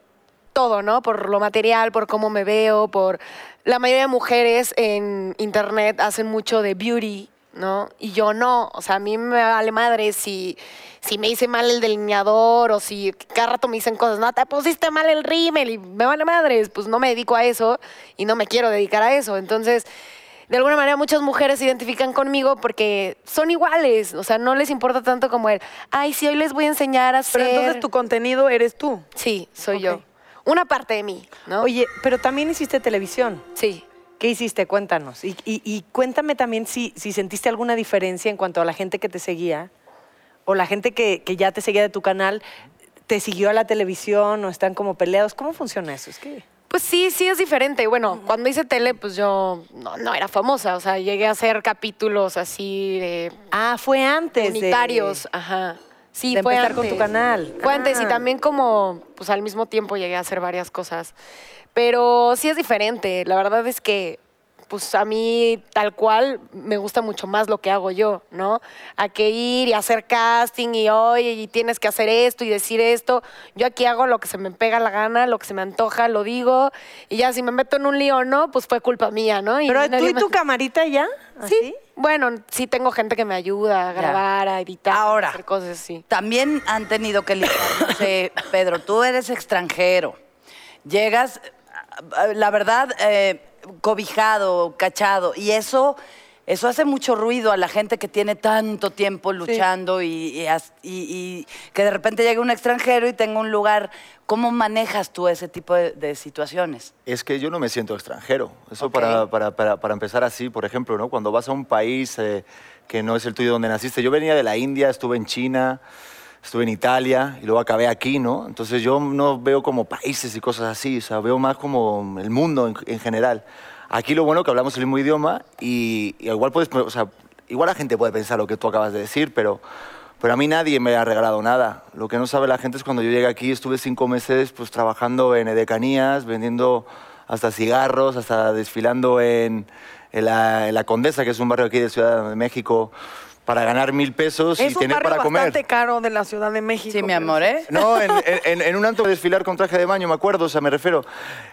Speaker 5: todo, ¿no? Por lo material, por cómo me veo, por la mayoría de mujeres en internet hacen mucho de beauty, ¿no? Y yo no, o sea, a mí me vale madre si si me hice mal el delineador o si cada rato me dicen cosas, no, te pusiste mal el rímel y me vale madres, pues no me dedico a eso y no me quiero dedicar a eso. Entonces, de alguna manera muchas mujeres se identifican conmigo porque son iguales, o sea, no les importa tanto como el, ay, sí, hoy les voy a enseñar a hacer...
Speaker 3: Pero entonces tu contenido eres tú.
Speaker 5: Sí, soy
Speaker 3: Ok.
Speaker 5: yo. Una parte de mí, ¿no?
Speaker 2: Oye, pero también hiciste televisión.
Speaker 5: Sí.
Speaker 2: ¿Qué hiciste? Cuéntanos. Y, y- y cuéntame también si, si sentiste alguna diferencia en cuanto a la gente que te seguía o la gente que, que ya te seguía de tu canal, te siguió a la televisión o están como peleados. ¿Cómo funciona eso? Es que...
Speaker 5: Pues sí, sí es diferente. Bueno, cuando hice tele, pues yo no, no era famosa. O sea, llegué a hacer capítulos así de
Speaker 2: Ah, fue antes. de-
Speaker 5: unitarios. Ajá. Sí,
Speaker 2: de
Speaker 5: fue
Speaker 2: empezar
Speaker 5: antes.
Speaker 2: con tu canal.
Speaker 5: Fue antes y
Speaker 2: Ah.
Speaker 5: también como, pues al mismo tiempo llegué a hacer varias cosas. Pero sí es diferente. La verdad es que pues a mí tal cual me gusta mucho más lo que hago yo, ¿no? A que ir y hacer casting y oye, y tienes que hacer esto y decir esto. Yo aquí hago lo que se me pega la gana, lo que se me antoja, lo digo. Y ya si me meto en un lío o no, pues fue culpa mía, ¿no? Y
Speaker 2: Pero tú
Speaker 5: nadie
Speaker 2: y
Speaker 5: más-
Speaker 2: tu camarita ya,
Speaker 1: ¿Ah,
Speaker 5: Sí.
Speaker 2: así.
Speaker 5: Bueno, sí tengo gente que me ayuda a grabar, a editar,
Speaker 1: Ahora.
Speaker 5: a hacer cosas así.
Speaker 1: También han tenido que lidiar. no sé, Pedro, tú eres extranjero. Llegas, eh, la verdad, eh, cobijado, cachado. Y eso, eso hace mucho ruido a la gente que tiene tanto tiempo luchando y, y has- y- y que de repente llegue un extranjero y tenga un lugar. ¿Cómo manejas tú ese tipo de, de situaciones?
Speaker 6: Es que yo no me siento extranjero. Eso
Speaker 1: Ok.
Speaker 6: para, para- para- para empezar así, por ejemplo, ¿no? cuando vas a un país eh, que no es el tuyo donde naciste. Yo venía de la India, estuve en China, estuve en Italia y luego acabé aquí, ¿no? Entonces yo no veo como países y cosas así, o sea, veo más como el mundo en, en general. Aquí lo bueno que hablamos el mismo idioma y, y igual puedes, o sea, igual la gente puede pensar lo que tú acabas de decir, pero... Pero a mí nadie me ha regalado nada. Lo que no sabe la gente es cuando yo llegué aquí, estuve cinco meses pues, trabajando en edecanías, vendiendo hasta cigarros, hasta desfilando en, en la, en La Condesa, que es un barrio aquí de Ciudad de México, para ganar mil pesos
Speaker 3: Es
Speaker 6: y
Speaker 3: un
Speaker 6: tener
Speaker 3: barrio
Speaker 6: para comer.
Speaker 3: bastante caro de la Ciudad de México.
Speaker 1: Sí, mi
Speaker 3: pero-
Speaker 1: amor, ¿eh?
Speaker 6: No, en, en- en- en un antro desfilar con traje de baño, me acuerdo, o sea, me refiero.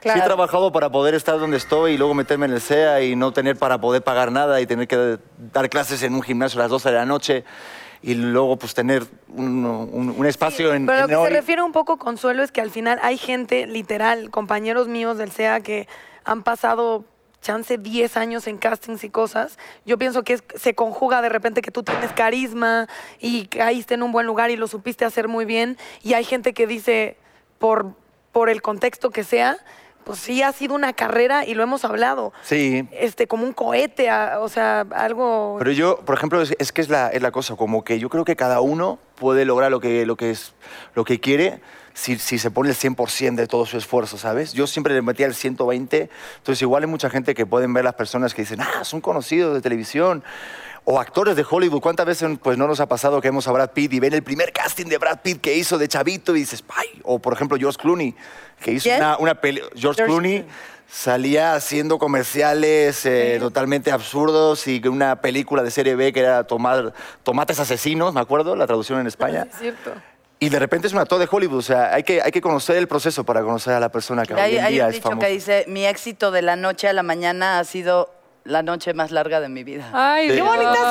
Speaker 6: Sí he trabajado para poder estar donde estoy y luego meterme en el SEA y no tener para poder pagar nada y tener que dar clases en un gimnasio a las 12 de la noche y luego pues tener un, un- un espacio en,
Speaker 3: Pero a lo
Speaker 6: en
Speaker 3: que se
Speaker 6: hoy.
Speaker 3: refiere un poco Consuelo es que al final hay gente, literal, compañeros míos del SEA que han pasado chance 10 años en castings y cosas. Yo pienso que es- se conjuga de repente que tú tienes carisma y caíste en un buen lugar y lo supiste hacer muy bien. Y hay gente que dice, por, por el contexto que sea, pues sí ha sido una carrera y lo hemos hablado.
Speaker 6: Sí,
Speaker 3: Este, como un cohete, a- o sea, algo...
Speaker 6: Pero yo, por ejemplo, es, es que es la, es la cosa, como que yo creo que cada uno puede lograr lo que, lo que, es, lo que quiere si, si se pone el 100% de todo su esfuerzo, ¿sabes? Yo siempre le metía el 120, entonces igual hay mucha gente que pueden ver las personas que dicen, ah, son conocidos de televisión. O actores de Hollywood, ¿cuántas veces pues, no nos ha pasado que vemos a Brad Pitt y ven el primer casting de Brad Pitt que hizo de chavito y dices, ¡ay! O por ejemplo George Clooney, que hizo
Speaker 1: ¿Quién?
Speaker 6: una, una peli... George, Clooney, salía haciendo comerciales eh, totalmente absurdos y que una película de serie B que era tomar, Tomates Asesinos, me acuerdo, la traducción en España.
Speaker 3: cierto.
Speaker 6: Y de repente es un actor de Hollywood, o sea, hay que, hay que conocer el proceso para conocer a la persona que
Speaker 1: Hay,
Speaker 6: hoy en
Speaker 1: hay
Speaker 6: día
Speaker 1: un
Speaker 6: es
Speaker 1: dicho
Speaker 6: famosa.
Speaker 1: que dice, mi éxito de la noche a la mañana ha sido la noche más larga de mi vida.
Speaker 4: Ay,
Speaker 6: Sí.
Speaker 4: qué
Speaker 6: Qué
Speaker 4: bonita
Speaker 6: bonito.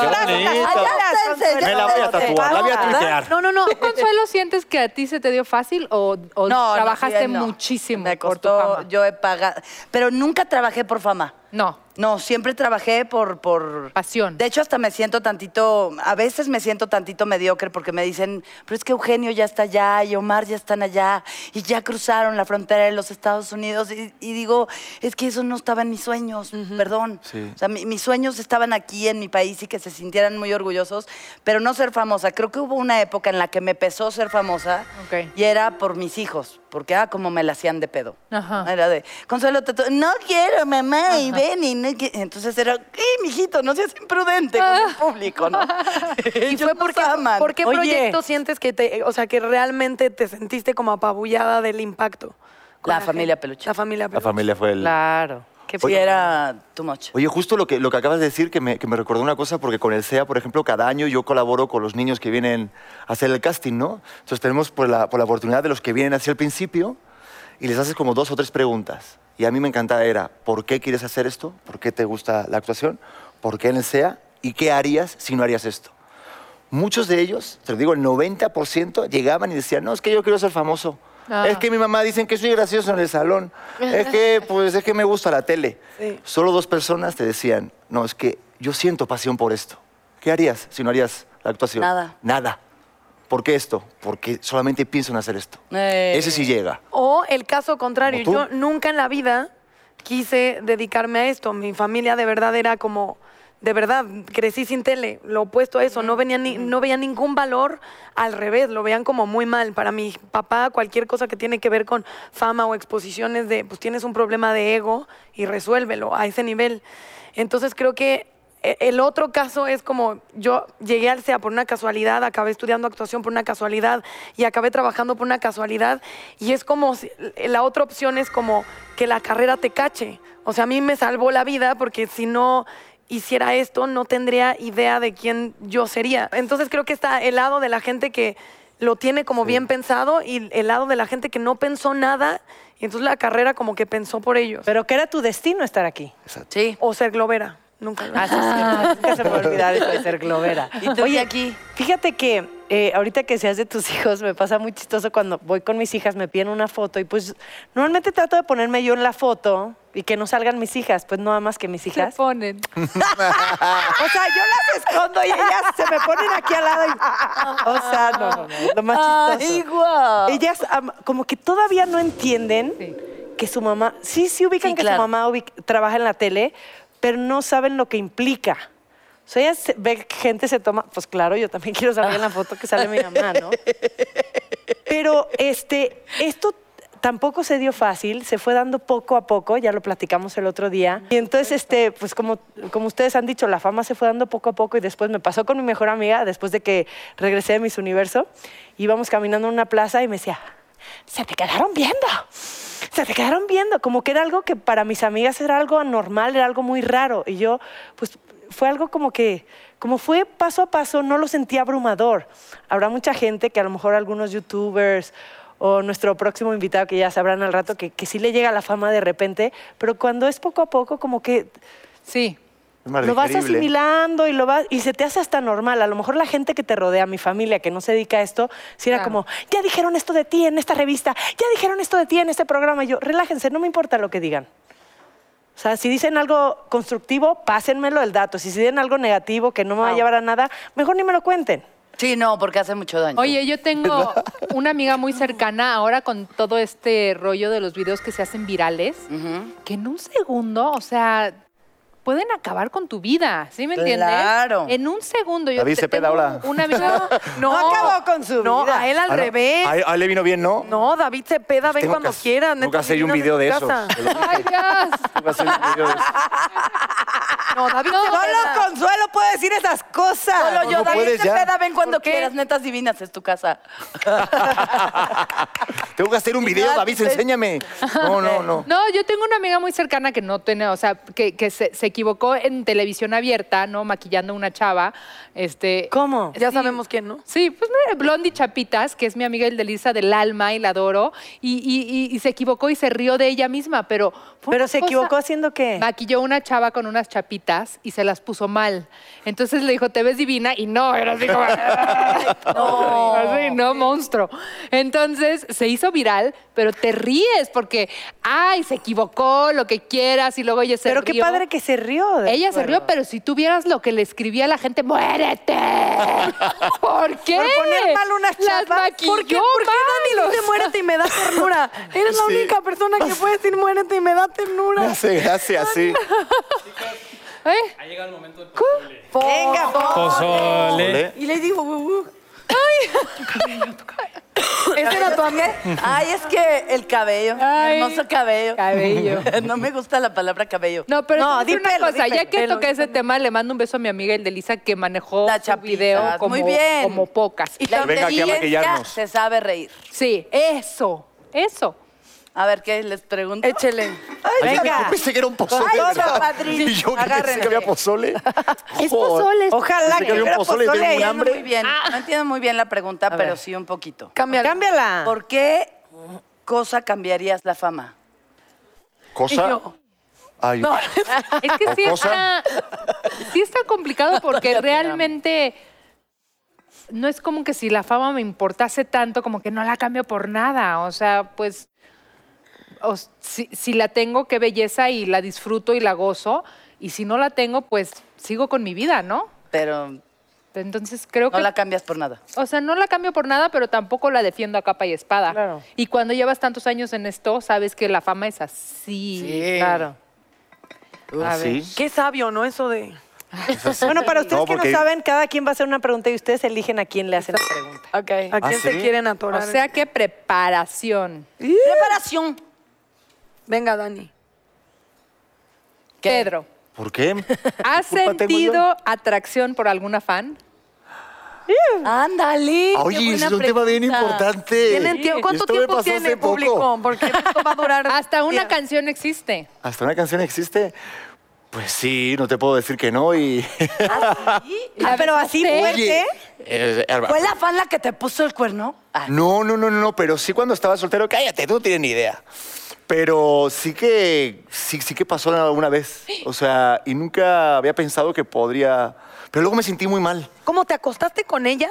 Speaker 6: Me la voy a tatuar, la voy a tuitear.
Speaker 3: No, no, no.
Speaker 4: ¿Tú, Consuelo, sientes que a ti se te dio fácil o, o trabajaste
Speaker 1: sí, no.
Speaker 4: muchísimo
Speaker 1: Me
Speaker 4: por tu
Speaker 1: costó,
Speaker 4: fama?
Speaker 1: yo he pagado, pero nunca trabajé por fama.
Speaker 4: No.
Speaker 1: No, siempre trabajé por, por...
Speaker 4: Pasión.
Speaker 1: De hecho, hasta me siento tantito, a veces me siento tantito mediocre porque me dicen, pero es que Eugenio ya está allá y Omar ya están allá y ya cruzaron la frontera de los Estados Unidos. Y, y digo, es que eso no estaba en mis sueños, perdón.
Speaker 6: Sí.
Speaker 1: O sea, mi- mis sueños estaban aquí en mi país y que se sintieran muy orgullosos, pero no ser famosa. Creo que hubo una época en la que me pesó ser famosa
Speaker 4: Ok.
Speaker 1: y era por mis hijos, porque ah, como me la hacían de pedo.
Speaker 4: Ajá.
Speaker 1: Era de, Consuelo, te to- no quiero, mamá, y ven, y no qui-". Entonces era, ¡eh, mijito, no seas imprudente con el público, no!
Speaker 3: ¿Y fue porque,
Speaker 1: Ah,
Speaker 3: por qué
Speaker 1: Oye,
Speaker 3: proyecto sientes que te, o sea, que realmente te sentiste como apabullada del impacto? con
Speaker 1: La
Speaker 3: gente?
Speaker 1: familia Peluche.
Speaker 3: La familia
Speaker 6: La
Speaker 3: Peluche.
Speaker 6: familia fue el...
Speaker 2: Claro. Qué
Speaker 1: Sí, era too much.
Speaker 6: Oye, justo lo que, lo que acabas de decir que me, que me recordó una cosa, porque con el SEA, por ejemplo, cada año yo colaboro con los niños que vienen a hacer el casting, ¿no? Entonces tenemos por la, por la oportunidad de los que vienen hacia el principio y les haces como dos o tres preguntas. Y a mí me encantaba era, ¿por qué quieres hacer esto? ¿Por qué te gusta la actuación? ¿Por qué en el SEA? ¿Y qué harías si no harías esto? Muchos de ellos, te lo digo, el 90% llegaban y decían, no, es que yo quiero ser famoso.
Speaker 4: Ah.
Speaker 6: Es que mi mamá dicen que soy gracioso en el salón. Es que, pues, es que me gusta la tele. Solo dos personas te decían, no, es que yo siento pasión por esto. ¿Qué harías si no harías la actuación?
Speaker 1: Nada.
Speaker 6: Nada. ¿Por qué esto? Porque solamente pienso en hacer esto.
Speaker 1: Eh.
Speaker 6: Ese sí llega.
Speaker 3: O el caso contrario,
Speaker 6: Como
Speaker 3: yo
Speaker 6: tú.
Speaker 3: nunca en la vida quise dedicarme a esto. Mi familia de verdad era como, de verdad, crecí sin tele, lo opuesto a eso. No, venía ni- no veía ningún valor, al revés, lo veían como muy mal. Para mi papá, cualquier cosa que tiene que ver con fama o exposiciones de, pues tienes un problema de ego y resuélvelo a ese nivel. Entonces creo que E- El otro caso es como yo llegué al SEA por una casualidad, acabé estudiando actuación por una casualidad y acabé trabajando por una casualidad y es como, si- la otra opción es como que la carrera te cache. O sea, a mí me salvó la vida porque si no hiciera esto no tendría idea de quién yo sería. Entonces creo que está el lado de la gente que lo tiene como bien pensado y el lado de la gente que no pensó nada y entonces la carrera como que pensó por ellos.
Speaker 2: Pero que era tu destino estar aquí.
Speaker 9: Sí.
Speaker 3: O ser globera, nunca lo
Speaker 2: Así es,
Speaker 3: Ah,
Speaker 2: nunca se me va a olvidar eso de ser globera.
Speaker 9: Y tú y aquí.
Speaker 2: Fíjate que eh, ahorita que seas de tus hijos, me pasa muy chistoso cuando voy con mis hijas, me piden una foto y pues normalmente trato de ponerme yo en la foto y que no salgan mis hijas, pues nada más que mis
Speaker 4: Se
Speaker 2: hijas.
Speaker 4: ponen.
Speaker 2: O sea, yo las escondo y ellas se me ponen aquí al lado. y- O sea, no, no, no, es lo más chistoso. Ellas am- como que todavía no entienden
Speaker 4: Sí.
Speaker 2: que su mamá, sí, sí ubican
Speaker 9: Sí,
Speaker 2: que
Speaker 9: claro.
Speaker 2: su mamá ubic- trabaja en la tele, pero no saben lo que implica. O sea, ellas se- ve que gente se toma, pues claro, yo también quiero salir en la foto que sale mi mamá, ¿no? Pero este, esto tampoco se dio fácil, se fue dando poco a poco, ya lo platicamos el otro día. Y entonces, este, pues como, como ustedes han dicho, la fama se fue dando poco a poco y después me pasó con mi mejor amiga, después de que regresé de Miss Universo, íbamos caminando en una plaza y me decía, se te quedaron viendo, se te quedaron viendo, como que era algo que para mis amigas era algo anormal, era algo muy raro. Y yo, pues fue algo como que, como fue paso a paso, no lo sentí abrumador. Habrá mucha gente que a lo mejor algunos youtubers o nuestro próximo invitado que ya sabrán al rato que, que sí le llega la fama de repente, pero cuando es poco a poco como que
Speaker 4: Sí.
Speaker 6: Es más
Speaker 2: lo vas
Speaker 6: digerible.
Speaker 2: asimilando y lo vas y se te hace hasta normal. A lo mejor la gente que te rodea, mi familia que no se dedica a esto, si era
Speaker 4: Claro.
Speaker 2: como, ya dijeron esto de ti en esta revista, ya dijeron esto de ti en este programa. Y yo, relájense, no me importa lo que digan. O sea, si dicen algo constructivo, pásenmelo el dato. Si dicen algo negativo que no me va a
Speaker 5: Wow.
Speaker 2: llevar a nada, mejor ni me lo cuenten.
Speaker 9: Sí, no, porque hace mucho daño.
Speaker 4: Oye, yo tengo una amiga muy cercana ahora con todo este rollo de los videos que se hacen virales,
Speaker 1: Mm.
Speaker 9: Ujú.
Speaker 4: que en un segundo, o sea, pueden acabar con tu vida, ¿sí me entiendes?
Speaker 9: Claro.
Speaker 4: En un segundo. Yo
Speaker 6: David
Speaker 4: te-
Speaker 6: Cepeda,
Speaker 4: tengo
Speaker 6: hola.
Speaker 4: Una amiga...
Speaker 3: No,
Speaker 2: acabó con su
Speaker 3: no,
Speaker 2: vida.
Speaker 3: a él al
Speaker 6: Ah, no.
Speaker 3: revés.
Speaker 6: A, él- a él le vino bien, ¿no?
Speaker 3: No, David Cepeda, ven
Speaker 6: Pues Tengo
Speaker 3: cuando
Speaker 6: que-
Speaker 3: quieras.
Speaker 6: Tengo
Speaker 3: neta,
Speaker 6: que hacer un
Speaker 3: vivínos
Speaker 6: video
Speaker 3: en tu
Speaker 6: de eso.
Speaker 3: casa.
Speaker 4: ¡Ay, Dios!
Speaker 6: Tengo que hacer un video de eso.
Speaker 3: No, David
Speaker 4: No,
Speaker 3: Cepeda.
Speaker 2: Solo Consuelo puede decir esas cosas.
Speaker 9: Ah, Solo yo,
Speaker 6: no
Speaker 9: David
Speaker 6: Pues puedes ya.
Speaker 9: Cepeda, ven cuando
Speaker 6: ¿Por qué?
Speaker 9: quieras, netas divinas, es tu casa.
Speaker 6: Tengo que hacer un video, David, enséñame. No, no, no.
Speaker 4: No, yo tengo una amiga muy cercana que no tiene, o sea, que, que se, se equivocó en televisión abierta, ¿no? Maquillando a una chava. Este,
Speaker 2: ¿Cómo?
Speaker 3: Ya
Speaker 4: Sí.
Speaker 3: sabemos quién, ¿no?
Speaker 4: Sí, pues mira, Blondie Chapitas, que es mi amiga Elisa del alma y la adoro, y, y- y- y se equivocó y se rió de ella misma, pero... fue una
Speaker 2: ¿Pero se
Speaker 4: cosa-
Speaker 2: equivocó haciendo qué?
Speaker 4: Maquilló una chava con unas chapitas y se las puso mal. Entonces le dijo, te ves divina, y no, era así como... no. no, monstruo. Entonces se hizo viral, pero te ríes porque, ay, se equivocó, lo que quieras, y luego ella se
Speaker 2: Pero
Speaker 4: rió.
Speaker 2: qué padre que se rió. de-
Speaker 4: Ella se rió,
Speaker 2: Bueno.
Speaker 4: pero si tú vieras lo que le escribía a la gente, ¡muérete! ¿Por qué?
Speaker 2: Por poner mal unas
Speaker 4: Las
Speaker 2: chapas.
Speaker 4: maquilló
Speaker 3: ¿Por qué? ¿Por qué Dani
Speaker 4: mal, o
Speaker 3: dice
Speaker 4: sea.
Speaker 3: muérete y me da ternura? Eres la
Speaker 6: Sí.
Speaker 3: única persona que puede decir muérete y me da
Speaker 6: Me
Speaker 3: ternura.
Speaker 6: hace gracia, sí.
Speaker 4: ¿Eh?
Speaker 2: Venga,
Speaker 6: Ole.
Speaker 9: Y le digo,
Speaker 3: ¿Ese era tu amigo?
Speaker 9: Ay, es que el cabello,
Speaker 4: Ay.
Speaker 9: hermoso cabello.
Speaker 4: Cabello.
Speaker 9: No me gusta la palabra cabello.
Speaker 4: No, pero
Speaker 2: No,
Speaker 4: no,
Speaker 2: di
Speaker 4: una
Speaker 2: pelo,
Speaker 4: cosa,
Speaker 2: di
Speaker 4: ya
Speaker 2: pelo,
Speaker 4: que
Speaker 2: pelo,
Speaker 4: toqué ese tema, le mando un beso a mi amiga Elisa que manejó
Speaker 9: La
Speaker 4: su
Speaker 9: chapitas,
Speaker 4: video como,
Speaker 9: muy bien.
Speaker 4: como pocas.
Speaker 9: Y
Speaker 6: Que
Speaker 9: la
Speaker 6: venga aquí a
Speaker 9: inteligencia
Speaker 6: maquillarnos.
Speaker 9: se sabe reír.
Speaker 4: Sí, eso, eso.
Speaker 9: A ver, ¿qué les pregunto?
Speaker 3: Échele.
Speaker 6: Ay,
Speaker 2: Venga.
Speaker 6: Yo pensé que era un pozole.
Speaker 9: Con todo,
Speaker 6: ¿sabes?
Speaker 9: Patrick.
Speaker 6: Y yo que pensé que
Speaker 9: Agárrense.
Speaker 6: había pozole.
Speaker 4: Es pozole. es-
Speaker 2: Ojalá
Speaker 6: Pensé que
Speaker 2: que
Speaker 6: había un
Speaker 2: hubiera
Speaker 6: pozole y tengo
Speaker 2: pozole.
Speaker 9: No
Speaker 6: un
Speaker 2: Ya
Speaker 9: entiendo
Speaker 2: no-
Speaker 9: muy bien, no entiendo muy bien la pregunta, pero sí un poquito.
Speaker 3: Cámbiala.
Speaker 2: Cámbiala.
Speaker 9: ¿Por qué cosa cambiarías la fama?
Speaker 6: Cosa. Ay,
Speaker 4: Es que
Speaker 6: O
Speaker 4: sí
Speaker 6: cosa.
Speaker 4: está, sí está complicado porque realmente no es como que si la fama me importase tanto, como que no la cambio por nada. O sea, pues o s- si, si la tengo, qué belleza y la disfruto y la gozo. Y si no la tengo, pues sigo con mi vida, ¿no?
Speaker 9: Pero no
Speaker 4: Entonces creo que...
Speaker 9: la cambias por nada.
Speaker 4: O sea, no la cambio por nada, pero tampoco la defiendo a capa y espada.
Speaker 2: Claro.
Speaker 4: Y cuando llevas tantos años en esto, sabes que la fama es así.
Speaker 2: Claro.
Speaker 6: Ah, sí.
Speaker 3: Qué sabio, ¿no? Eso de...
Speaker 2: Bueno, para ustedes
Speaker 6: No,
Speaker 2: que no
Speaker 6: porque-
Speaker 2: saben, cada quien va a hacer una pregunta y ustedes eligen a quién le hacen la pregunta.
Speaker 3: ¿A quién
Speaker 6: ¿Ah,
Speaker 3: se
Speaker 6: sí?
Speaker 3: quieren
Speaker 4: O
Speaker 3: atorar?
Speaker 4: sea que preparación.
Speaker 9: Preparación.
Speaker 3: Venga, Dani.
Speaker 4: Pedro,
Speaker 6: ¿Por qué?
Speaker 4: ¿Has
Speaker 6: ¿Qué culpa tengo yo?
Speaker 4: sentido atracción por alguna fan?
Speaker 9: Ándale. qué
Speaker 6: Ah, Oye,
Speaker 9: buena
Speaker 6: ese es un tema bien
Speaker 9: pregunta.
Speaker 6: importante.
Speaker 3: ¿Tienen tiempo? ¿Cuánto
Speaker 6: Esto me
Speaker 3: tiempo
Speaker 6: pasó
Speaker 3: tiene
Speaker 6: hace poco.
Speaker 3: público? Porque esto va a durar.
Speaker 4: Hasta una
Speaker 3: días.
Speaker 4: canción existe.
Speaker 6: ¿Hasta una canción existe? Pues sí, no te puedo decir que no y...
Speaker 2: Ah, pero así
Speaker 4: Oye.
Speaker 2: fuerte.
Speaker 6: Eh,
Speaker 1: ¿Fue la fan la que te puso el cuerno? Ah,
Speaker 6: No, no, no, no, no, pero sí cuando estaba soltero, cállate, tú no tienes ni idea. Pero sí que, sí, sí que pasó alguna vez. O sea, y nunca había pensado que podría... Pero luego me sentí muy mal.
Speaker 3: ¿Cómo te acostaste con ella?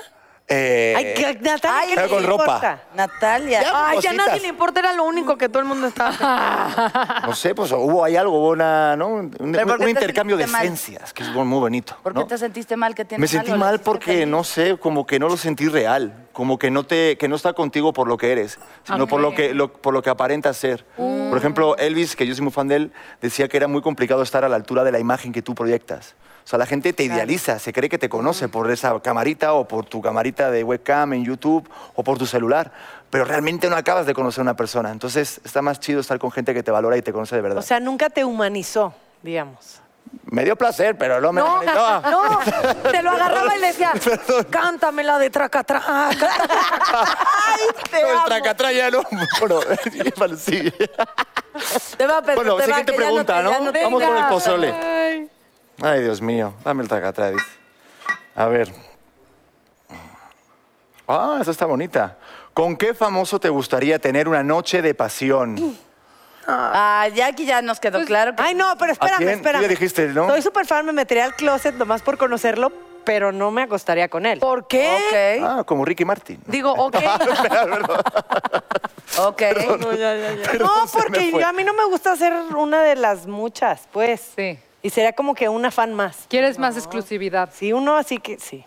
Speaker 6: Eh,
Speaker 2: Ay, que Natalia,
Speaker 1: Ay,
Speaker 2: ¿qué
Speaker 6: pero
Speaker 2: te
Speaker 6: con ropa.
Speaker 2: importa?
Speaker 1: Natalia.
Speaker 6: Ya.
Speaker 3: Ay, ya a nadie
Speaker 6: Cositas.
Speaker 3: le importa, era lo único que todo el mundo estaba.
Speaker 6: No sé, pues hubo ahí algo, hubo una, ¿no? un, un-
Speaker 1: ¿Pero por qué
Speaker 6: un
Speaker 1: te
Speaker 6: intercambio de
Speaker 1: sentiste mal?
Speaker 6: esencias, que es muy bonito.
Speaker 1: ¿Por qué
Speaker 6: ¿no?
Speaker 1: te sentiste mal que tienes
Speaker 6: Me sentí
Speaker 1: algo? ¿Le
Speaker 6: mal
Speaker 1: hiciste
Speaker 6: porque
Speaker 1: feliz?
Speaker 6: no sé, como que no lo sentí real, como que no te, que no está contigo por lo que eres, sino por lo
Speaker 4: Ok.
Speaker 6: que, lo- por lo que aparentas ser. Por ejemplo, Elvis, que yo soy muy fan de él, decía que era muy complicado estar a la altura de la imagen que tú proyectas. O sea, la gente te idealiza, se cree que te conoce por esa camarita o por tu camarita de webcam en YouTube o por tu celular, pero realmente no acabas de conocer a una persona. Entonces está más chido estar con gente que te valora y te conoce de verdad.
Speaker 2: O sea, nunca te humanizó, digamos.
Speaker 6: me dio placer, pero no me
Speaker 3: No,
Speaker 6: necesitaba.
Speaker 3: no, te lo agarraba y le decía, cántame la de tracatrá,
Speaker 6: No, el tracatrá ya no. Bueno, vale, sí.
Speaker 9: Te va, Pedro,
Speaker 6: Bueno,
Speaker 9: te va,
Speaker 6: siguiente
Speaker 9: que ya no
Speaker 6: pregunta,
Speaker 9: te- ya
Speaker 6: ¿no?
Speaker 9: te-
Speaker 6: Vamos con el
Speaker 9: Venga.
Speaker 6: pozole. Ay, Dios mío. Dame el tracatrá, dice. A ver. Ah, esa está bonita. ¿Con qué famoso te gustaría tener una noche de pasión?
Speaker 1: Ah, Jackie ya nos
Speaker 3: Pues,
Speaker 1: quedó claro que
Speaker 2: Ay, no, pero espérame,
Speaker 6: quién? Tú ya
Speaker 2: espérame.
Speaker 6: dijiste, ¿no?
Speaker 2: Soy súper fan, me metería al closet nomás por conocerlo, pero no me acostaría con él.
Speaker 3: ¿Por qué?
Speaker 1: Ok,
Speaker 6: Ah, como Ricky Martin. Ah,
Speaker 3: Digo, ok.
Speaker 1: ok.
Speaker 2: No,
Speaker 6: se me
Speaker 2: porque
Speaker 6: fue.
Speaker 2: yo- a mí no me gusta ser una de las muchas, pues.
Speaker 4: Sí.
Speaker 2: Y sería como que una fan más.
Speaker 4: ¿Quieres más exclusividad?
Speaker 2: Si uno así que sí.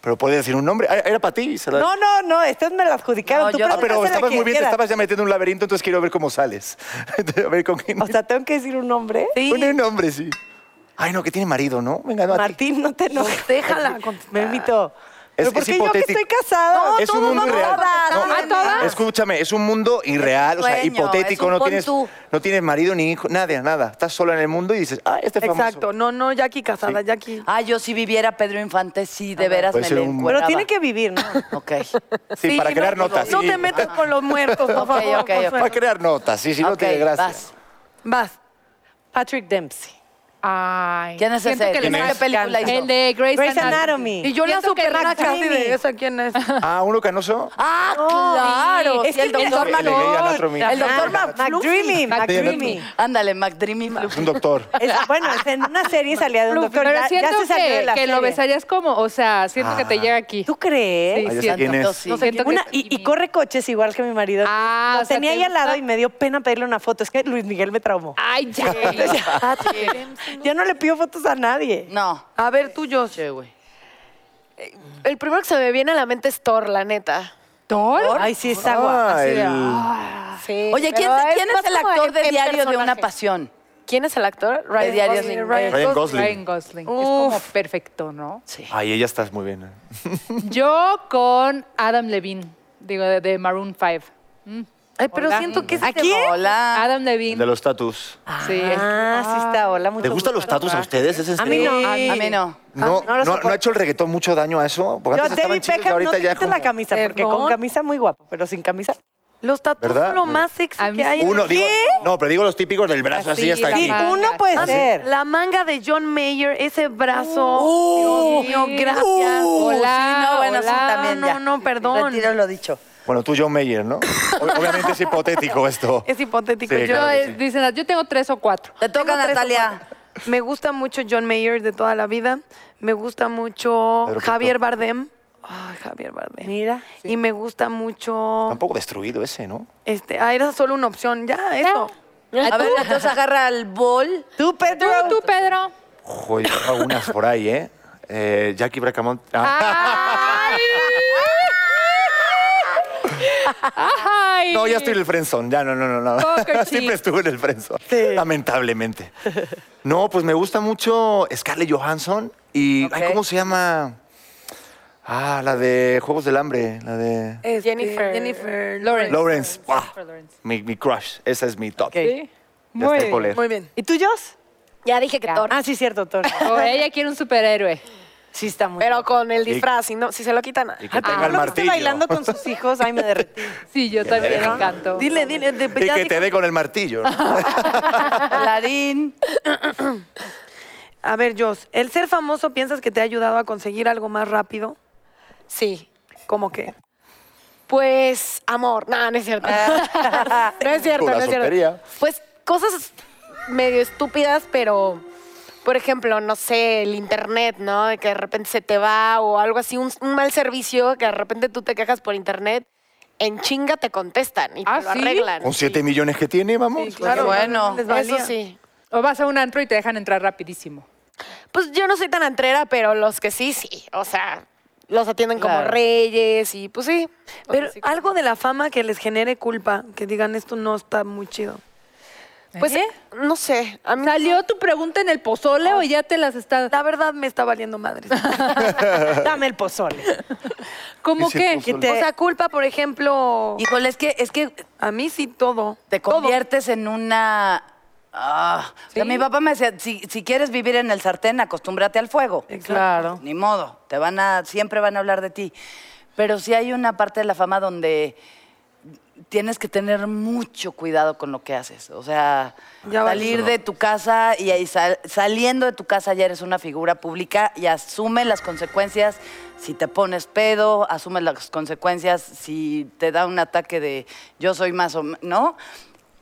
Speaker 6: Pero puede decir un nombre. Ah, Era para ti. se la-
Speaker 2: No, no, no, estas me las adjudicaron.
Speaker 1: No,
Speaker 2: Tú
Speaker 1: yo-
Speaker 6: Ah, pero
Speaker 2: pregúntasela a
Speaker 6: estabas
Speaker 2: quien
Speaker 6: muy bien, te
Speaker 2: quieras.
Speaker 6: estabas ya metiendo en un laberinto, entonces quiero ver cómo sales. a ver con quién.
Speaker 2: O sea, tengo que decir un nombre.
Speaker 6: Un nombre, sí. Ay, no, que tiene marido, ¿no? Venga, no, a ti.
Speaker 2: Martín, no te enojes. Déjala. Me invitó.
Speaker 6: Es-
Speaker 2: Pero ¿por
Speaker 6: es
Speaker 2: qué yo que
Speaker 6: hipotético.
Speaker 2: estoy casada?
Speaker 6: es un mundo irreal.
Speaker 9: todas,
Speaker 6: No,
Speaker 9: ¿a todas?
Speaker 6: Escúchame, es un mundo irreal, o sea,
Speaker 9: sueño, es
Speaker 6: hipotético,
Speaker 9: un
Speaker 6: no
Speaker 9: pon
Speaker 6: tienes,
Speaker 9: tú.
Speaker 6: no tienes marido ni hijo, nada, nada. Estás sola en el mundo y dices, ah, este es famoso.
Speaker 3: Exacto, no, no, Jackie casada, Jackie.
Speaker 1: Ah, yo si viviera Pedro Infante, sí, de veras
Speaker 6: puede
Speaker 1: me
Speaker 6: ser
Speaker 1: le
Speaker 6: un-
Speaker 2: Pero
Speaker 1: encueraba.
Speaker 2: tiene que vivir, ¿no?
Speaker 1: Ok.
Speaker 6: Sí, para crear notas.
Speaker 3: No
Speaker 6: sí.
Speaker 3: te metas con los muertos, por favor.
Speaker 1: ok, ok.
Speaker 3: Consuelo.
Speaker 6: Para crear notas, sí, sí, no
Speaker 1: Ok,
Speaker 6: tiene gracia.
Speaker 1: vas.
Speaker 3: Vas.
Speaker 2: Patrick Dempsey.
Speaker 4: Ay.
Speaker 1: ¿Quién es
Speaker 4: siento
Speaker 1: ese?
Speaker 4: que le
Speaker 1: ¿Quién es?
Speaker 4: falta-
Speaker 1: ¿Qué película hizo?
Speaker 4: El de Grey's,
Speaker 2: Grey's Anatomy.
Speaker 4: Anatomy.
Speaker 3: Y yo la
Speaker 4: Siento que le
Speaker 3: supernaca
Speaker 4: falta-
Speaker 3: casi de esa quién es.
Speaker 6: Ah, uno canoso.
Speaker 1: Ah, claro.
Speaker 2: Es
Speaker 1: sí, el
Speaker 2: que mira-
Speaker 1: doctor
Speaker 6: Le- le leí
Speaker 1: Manolo.
Speaker 6: anatomía.
Speaker 1: El doctor
Speaker 2: Ah,
Speaker 1: McFluffy.
Speaker 2: McDreamy, McDreamy.
Speaker 1: Ándale, McDreamy. Fluffy.
Speaker 6: Es un doctor.
Speaker 2: Es- bueno, es en una serie salía de un doctor.
Speaker 4: Pero
Speaker 2: ya, ya
Speaker 4: siento
Speaker 2: se salió de
Speaker 4: que,
Speaker 2: la
Speaker 4: que lo
Speaker 2: serie.
Speaker 4: besarías como, o sea, siento que te
Speaker 6: Ah.
Speaker 4: llega aquí.
Speaker 2: ¿Tú crees?
Speaker 4: Sí,
Speaker 6: Ah, ya sé
Speaker 4: siento.
Speaker 6: quién
Speaker 1: No
Speaker 6: es.
Speaker 1: sé
Speaker 4: No sé
Speaker 1: quién.
Speaker 4: quién-
Speaker 2: Una- y, y corre coches igual que mi marido.
Speaker 4: Ah,
Speaker 2: Lo
Speaker 4: o sea,
Speaker 2: tenía
Speaker 4: ¿te
Speaker 2: ahí al lado
Speaker 4: gusta?
Speaker 2: y me dio pena pedirle una foto. Es que Luis Miguel me traumó.
Speaker 4: Ay, ya. Ah,
Speaker 2: Ya no le pido fotos a nadie.
Speaker 1: No.
Speaker 3: A ver, tú, Josh.
Speaker 5: El primero que se me viene a la mente es Thor, la neta.
Speaker 4: ¿Thor?
Speaker 2: Ay, sí, es agua.
Speaker 6: Ah,
Speaker 2: Así de-
Speaker 6: el-
Speaker 5: Sí.
Speaker 1: Ah. Oye, ¿quién,
Speaker 5: pero
Speaker 1: quién es
Speaker 5: más
Speaker 1: el
Speaker 5: como
Speaker 1: actor
Speaker 5: en-
Speaker 1: de
Speaker 5: en
Speaker 1: Diario de
Speaker 5: personaje.
Speaker 1: una Pasión?
Speaker 5: ¿Quién es el actor?
Speaker 1: De Diario de
Speaker 6: Ryan Gosling.
Speaker 4: Ryan Gosling. Es como perfecto, ¿no?
Speaker 6: Ay, ella estás muy bien. ¿eh?
Speaker 4: Yo con Adam Levine, digo, de, de Maroon 5. Mm.
Speaker 3: Ay, pero
Speaker 4: Hola.
Speaker 3: siento que es
Speaker 4: ¿A quién?
Speaker 1: Hola.
Speaker 4: Adam
Speaker 6: El de
Speaker 4: Levine.
Speaker 6: los tatus.
Speaker 4: este Sí.
Speaker 2: Ah, sí está. Hola, mucho
Speaker 6: ¿Te gustan los
Speaker 2: gusto.
Speaker 6: tatus a ustedes? ¿Es en
Speaker 2: A mí
Speaker 6: serio?
Speaker 2: no.
Speaker 1: A mí no.
Speaker 6: No,
Speaker 2: no lo
Speaker 6: no, no
Speaker 2: soporto.
Speaker 6: ha hecho el reggaetón mucho daño a eso. Porque
Speaker 2: Yo,
Speaker 6: antes estaban
Speaker 2: David
Speaker 6: chidos y
Speaker 2: Beckham, no
Speaker 6: ahorita
Speaker 2: te
Speaker 6: ya.
Speaker 2: quites la
Speaker 6: como-
Speaker 2: camisa, porque con
Speaker 3: Perdón.
Speaker 2: camisa muy guapo, pero sin camisa.
Speaker 3: los tatuajes
Speaker 6: ¿Verdad?
Speaker 3: son lo más sexy
Speaker 4: A mí
Speaker 3: que hay. en-
Speaker 6: Uno, digo, no, pero digo los típicos del brazo así,
Speaker 4: Así,
Speaker 6: hasta
Speaker 4: la
Speaker 6: aquí.
Speaker 2: Sí, uno puede
Speaker 3: Ah, sí.
Speaker 2: ser.
Speaker 3: La manga de John Mayer, ese brazo. Dios mío, gracias.
Speaker 1: Uh,
Speaker 4: Hola,
Speaker 1: sí, no, bueno, sí,
Speaker 4: hola.
Speaker 1: también ya.
Speaker 3: No, no, perdón.
Speaker 1: Retiro lo dicho.
Speaker 6: Bueno, tú John Mayer, ¿no? O- Obviamente es hipotético esto.
Speaker 3: Es hipotético.
Speaker 6: Sí,
Speaker 3: yo,
Speaker 6: claro que
Speaker 4: Eh, Dicen, yo tengo tres o cuatro.
Speaker 1: Te toca, Natalia.
Speaker 3: Me gusta mucho John Mayer de toda la vida. Me gusta mucho
Speaker 6: Pedro Pinto.
Speaker 3: Javier Bardem. Ay, Javier Bardem.
Speaker 2: Mira.
Speaker 3: Y me gusta mucho.
Speaker 6: Tampoco destruido ese, ¿no?
Speaker 3: Este, ah, era solo una opción. Ya, eso.
Speaker 1: A ver, entonces agarra el bol.
Speaker 2: Tú,
Speaker 4: ¿Tú,
Speaker 2: Pedro.
Speaker 4: tú, Pedro?
Speaker 6: Ojo, yo tengo algunas por ahí, ¿eh? Eh, Jackie ah, Bracamont.
Speaker 4: ¡Ay! ¡Ay!
Speaker 6: No, ya estoy en el Friendzone. Ya, no, no, no. no.
Speaker 4: Poker
Speaker 6: Siempre
Speaker 4: chic.
Speaker 6: estuve en el Friendzone. Lamentablemente. No, pues me gusta mucho Scarlett Johansson y. ay,
Speaker 1: Ok.
Speaker 6: ¿Cómo se llama? Ah, la de Juegos del Hambre. La de.
Speaker 3: Este,
Speaker 5: Jennifer.
Speaker 3: Jennifer.
Speaker 4: Lawrence.
Speaker 6: Lawrence. Buah,
Speaker 4: Lawrence.
Speaker 6: Mi, mi crush. Esa es mi top.
Speaker 4: Sí.
Speaker 6: Ya está
Speaker 4: Muy
Speaker 6: ahí por
Speaker 4: bien.
Speaker 6: leer.
Speaker 3: Muy bien.
Speaker 2: ¿Y tú, Jos?
Speaker 9: Ya dije que
Speaker 4: Ya.
Speaker 9: Thor.
Speaker 2: Ah, sí, cierto, Thor.
Speaker 4: O ella quiere un superhéroe.
Speaker 2: Sí, está muy.
Speaker 5: Pero con el
Speaker 6: Y-
Speaker 5: disfraz, si, no, si se lo quitan.
Speaker 6: Y que
Speaker 4: Ah,
Speaker 6: tenga el
Speaker 2: Cuando esté
Speaker 6: martillo.
Speaker 2: bailando con sus hijos, ay, me derretí.
Speaker 4: Sí, yo también me encanto.
Speaker 2: Dile, dile. de-
Speaker 6: Y
Speaker 2: ya
Speaker 6: que
Speaker 2: di-
Speaker 6: te dé con el martillo.
Speaker 4: Ah,
Speaker 1: Aladín.
Speaker 3: A ver, Jos, ¿el ser famoso piensas que te ha ayudado a conseguir algo más rápido?
Speaker 5: Sí.
Speaker 3: ¿Cómo que?
Speaker 5: Pues, amor. No, no es cierto. no es cierto,
Speaker 6: Con la
Speaker 5: no es cierto.
Speaker 6: soltería.
Speaker 5: Pues cosas medio estúpidas, pero. Por ejemplo, no sé, el internet, ¿no? De que de repente se te va o algo así, un, un mal servicio que de repente tú te quejas por internet, en chinga te contestan y te
Speaker 4: ¿Ah,
Speaker 5: lo
Speaker 4: sí?
Speaker 5: arreglan.
Speaker 6: Con 7 millones que tiene, vamos.
Speaker 1: Qué bueno.
Speaker 3: Les
Speaker 5: Eso
Speaker 3: valía.
Speaker 5: sí.
Speaker 4: O vas a un antro y te dejan entrar rapidísimo.
Speaker 5: Pues yo no soy tan antrera, pero los que sí, sí. O sea, los atienden como
Speaker 4: Claro.
Speaker 5: reyes y pues sí.
Speaker 3: Pero
Speaker 5: Así que-
Speaker 3: algo de la fama que les genere culpa, que digan esto no está muy chido.
Speaker 5: Pues
Speaker 4: ¿Eh?
Speaker 5: no sé. A mí
Speaker 4: ¿Salió tu pregunta en el pozole o ya te las está...?
Speaker 3: La verdad me está valiendo madres.
Speaker 2: Dame el pozole.
Speaker 4: ¿Cómo
Speaker 6: Dice
Speaker 4: que?
Speaker 6: el pozole.
Speaker 3: O sea, culpa, por ejemplo,
Speaker 1: Híjole, es que, es que
Speaker 3: a mí sí todo.
Speaker 1: te
Speaker 3: Todo.
Speaker 1: conviertes en una... ah, o sea, Mi papá me decía, si, si quieres vivir en el sartén, acostúmbrate al fuego.
Speaker 3: Claro.
Speaker 1: Ni modo, te van a, siempre van a hablar de ti. Pero sí hay una parte de la fama donde tienes que tener mucho cuidado con lo que haces. O sea,
Speaker 3: Ya va.
Speaker 1: salir de tu casa y ahí sal- saliendo de tu casa ya eres una figura pública y asume las consecuencias si te pones pedo, asume las consecuencias si te da un ataque de yo soy más o me-", ¿no?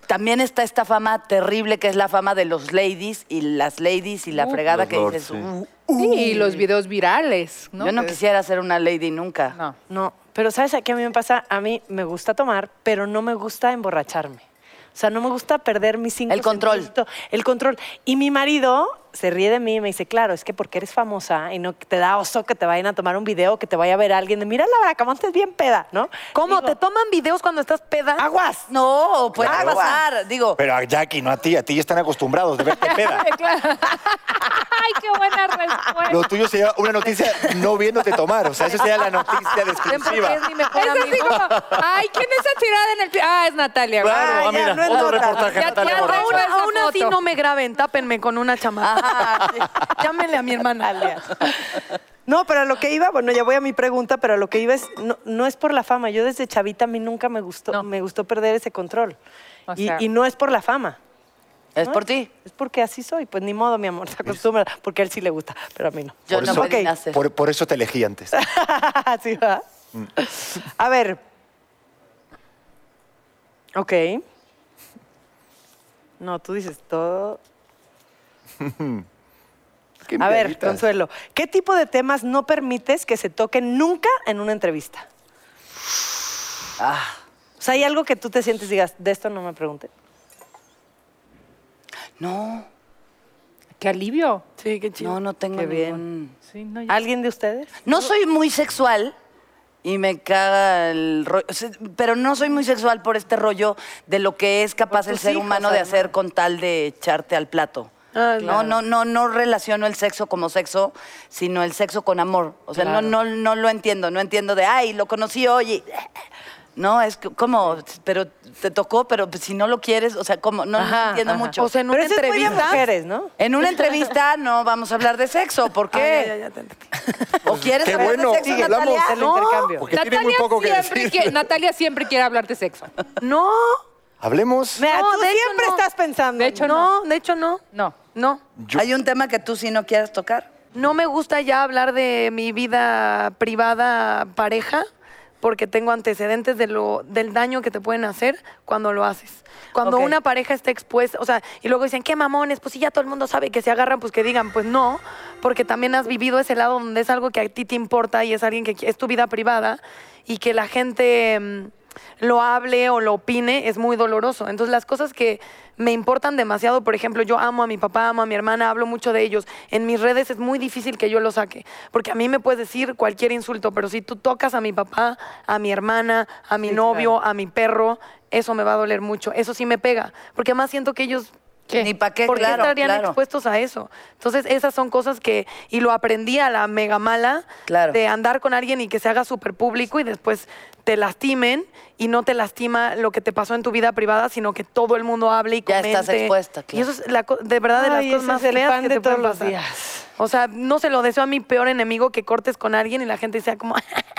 Speaker 1: También está esta fama terrible que es la fama de los ladies y las ladies y la
Speaker 4: Uh,
Speaker 1: fregada
Speaker 6: los
Speaker 1: que
Speaker 6: lords,
Speaker 1: dices.
Speaker 6: sí.
Speaker 1: "Uh,
Speaker 4: Sí, y los videos virales, ¿no?
Speaker 1: Yo no
Speaker 4: Que-
Speaker 1: quisiera ser una lady nunca.
Speaker 4: No.
Speaker 2: No, pero ¿sabes a qué a mí me pasa? A mí me gusta tomar, pero no me gusta emborracharme. O sea, no me gusta perder mis cinco
Speaker 1: El control.
Speaker 2: sentidos, El control. Y mi marido se ríe de mí y me dice, claro, es que porque eres famosa y no te da oso que te vayan a tomar un video, que te vaya a ver alguien de, mira la bracamonte es bien peda, ¿no?
Speaker 3: ¿Cómo?
Speaker 2: Digo,
Speaker 3: ¿Te toman videos cuando estás peda?
Speaker 2: aguas?
Speaker 1: No, puede
Speaker 6: Claro.
Speaker 1: pasar. Digo,
Speaker 6: Pero a Jackie, no a ti. A ti ya están acostumbrados de verte peda.
Speaker 4: ¡Ay, qué buena respuesta!
Speaker 6: Lo tuyo sería una noticia no viéndote tomar. O sea, eso sería la noticia de exclusiva.
Speaker 4: Es así como, ay, ¿quién es esa tirada en el pi-?" Ah, es Natalia.
Speaker 6: Claro,
Speaker 4: güey.
Speaker 6: ah, mira, otro reportaje.
Speaker 4: Ya-
Speaker 6: Natalia
Speaker 4: ya
Speaker 6: Borracha.
Speaker 4: Raúl-
Speaker 3: Aún,
Speaker 4: esa
Speaker 3: aún así
Speaker 4: foto.
Speaker 3: no me graben, tápenme con una chamada. Llámenle a mi hermana.
Speaker 2: No, pero a lo que iba, bueno, ya voy a mi pregunta, pero a lo que iba es, no, no es por la fama. Yo desde chavita a mí nunca me gustó,
Speaker 4: No.
Speaker 2: me gustó perder ese control.
Speaker 4: O
Speaker 2: y,
Speaker 4: sea-
Speaker 2: y no es por la fama.
Speaker 1: es
Speaker 2: ¿no?
Speaker 1: por ti.
Speaker 2: Es porque así soy. Pues ni modo, mi amor, se acostumbra. Porque a él sí le gusta, pero a mí no.
Speaker 1: Yo
Speaker 6: Por
Speaker 1: no
Speaker 6: eso-
Speaker 1: pedí
Speaker 2: Ok.
Speaker 1: nacer.
Speaker 6: Por, por eso te elegí antes.
Speaker 2: Así va.
Speaker 6: Mm.
Speaker 2: A ver. Ok. No, tú dices todo.
Speaker 6: Qué
Speaker 2: A ver,
Speaker 6: miaditas.
Speaker 2: Consuelo, ¿qué tipo de temas no permites que se toquen nunca en una entrevista?
Speaker 1: Ah,
Speaker 2: O sea, ¿hay algo que tú te sientes y digas, de esto no me pregunte?
Speaker 1: no,
Speaker 4: ¡Qué alivio!
Speaker 3: Sí, qué chido.
Speaker 1: no, no tengo
Speaker 2: Qué bien.
Speaker 1: ningún-
Speaker 4: Sí, no, yo-
Speaker 2: ¿Alguien de ustedes?
Speaker 1: No soy muy sexual y me caga el rollo. Pero no soy muy sexual por este rollo de lo que es capaz
Speaker 2: Por
Speaker 1: el
Speaker 2: tus
Speaker 1: ser
Speaker 2: hijos,
Speaker 1: humano de
Speaker 2: además.
Speaker 1: hacer con tal de echarte al plato.
Speaker 3: Ah,
Speaker 1: No, no, no, no relaciono el sexo como sexo, sino el sexo con amor. O sea, no, no, no lo entiendo, no entiendo de, ay, lo conocí hoy. y- No, es que, como, pero te tocó, pero pues si no lo quieres, o sea, como, no, no
Speaker 4: Ajá,
Speaker 1: entiendo
Speaker 4: ajá.
Speaker 1: mucho.
Speaker 3: O sea, en
Speaker 2: Pero
Speaker 3: una
Speaker 2: eso es muy de
Speaker 3: entrevista.
Speaker 2: mujeres, ¿no?
Speaker 1: En una entrevista no vamos a hablar de sexo, ¿por
Speaker 3: Ah, ya, ya,
Speaker 1: qué?
Speaker 3: ya te entendí.
Speaker 1: ¿O quieres
Speaker 6: Qué
Speaker 1: hablar
Speaker 6: bueno,
Speaker 1: de sexo,
Speaker 6: sigue, hablamos.
Speaker 1: Natalia?
Speaker 2: Te lo intercambio.
Speaker 6: Porque tiene muy poco que
Speaker 4: siempre
Speaker 6: decir.
Speaker 4: quie- Natalia siempre quiere hablar de sexo.
Speaker 3: No,
Speaker 6: Hablemos.
Speaker 2: Mira,
Speaker 3: No,
Speaker 2: tú
Speaker 3: de hecho,
Speaker 2: siempre
Speaker 3: no.
Speaker 2: estás pensando.
Speaker 4: De hecho,
Speaker 3: no, de hecho no.
Speaker 4: No.
Speaker 3: No.
Speaker 6: Yo-
Speaker 1: Hay un tema que tú sí no quieres tocar.
Speaker 3: No me gusta ya hablar de mi vida privada pareja porque tengo antecedentes de lo, del daño que te pueden hacer cuando lo haces. Cuando
Speaker 1: Ok.
Speaker 3: una pareja está expuesta, o sea, y luego dicen, qué mamones, pues si ya todo el mundo sabe que se agarran, pues que digan, pues no, porque también has vivido ese lado donde es algo que a ti te importa y es alguien que qui- es tu vida privada y que la gente mm, lo hable o lo opine es muy doloroso. Entonces las cosas que me importan demasiado, por ejemplo, yo amo a mi papá, amo a mi hermana, hablo mucho de ellos. En mis redes es muy difícil que yo lo saque, porque a mí me puedes decir cualquier insulto, pero si tú tocas a mi papá, a mi hermana, a mi novio, a mi perro, eso me va a doler mucho, eso sí me pega, porque además siento que ellos
Speaker 1: Ni para qué,
Speaker 3: ¿Por qué
Speaker 1: claro,
Speaker 3: estarían
Speaker 1: claro.
Speaker 3: expuestos a eso? Entonces, esas son cosas que, y lo aprendí a la mega mala,
Speaker 1: Claro.
Speaker 3: de andar con alguien y que se haga súper público y después te lastimen y no te lastima lo que te pasó en tu vida privada, sino que todo el mundo hable y
Speaker 1: Ya
Speaker 3: comente.
Speaker 1: estás expuesta, claro.
Speaker 3: Y eso es la co- de verdad de las
Speaker 2: Ay,
Speaker 3: cosas
Speaker 2: ese
Speaker 3: más
Speaker 2: es el
Speaker 3: feas
Speaker 2: pan
Speaker 3: que
Speaker 2: de
Speaker 3: te pueden
Speaker 2: todos los
Speaker 3: pasar.
Speaker 2: días.
Speaker 3: O sea, no se lo deseo a mi peor enemigo que cortes con alguien y la gente sea como,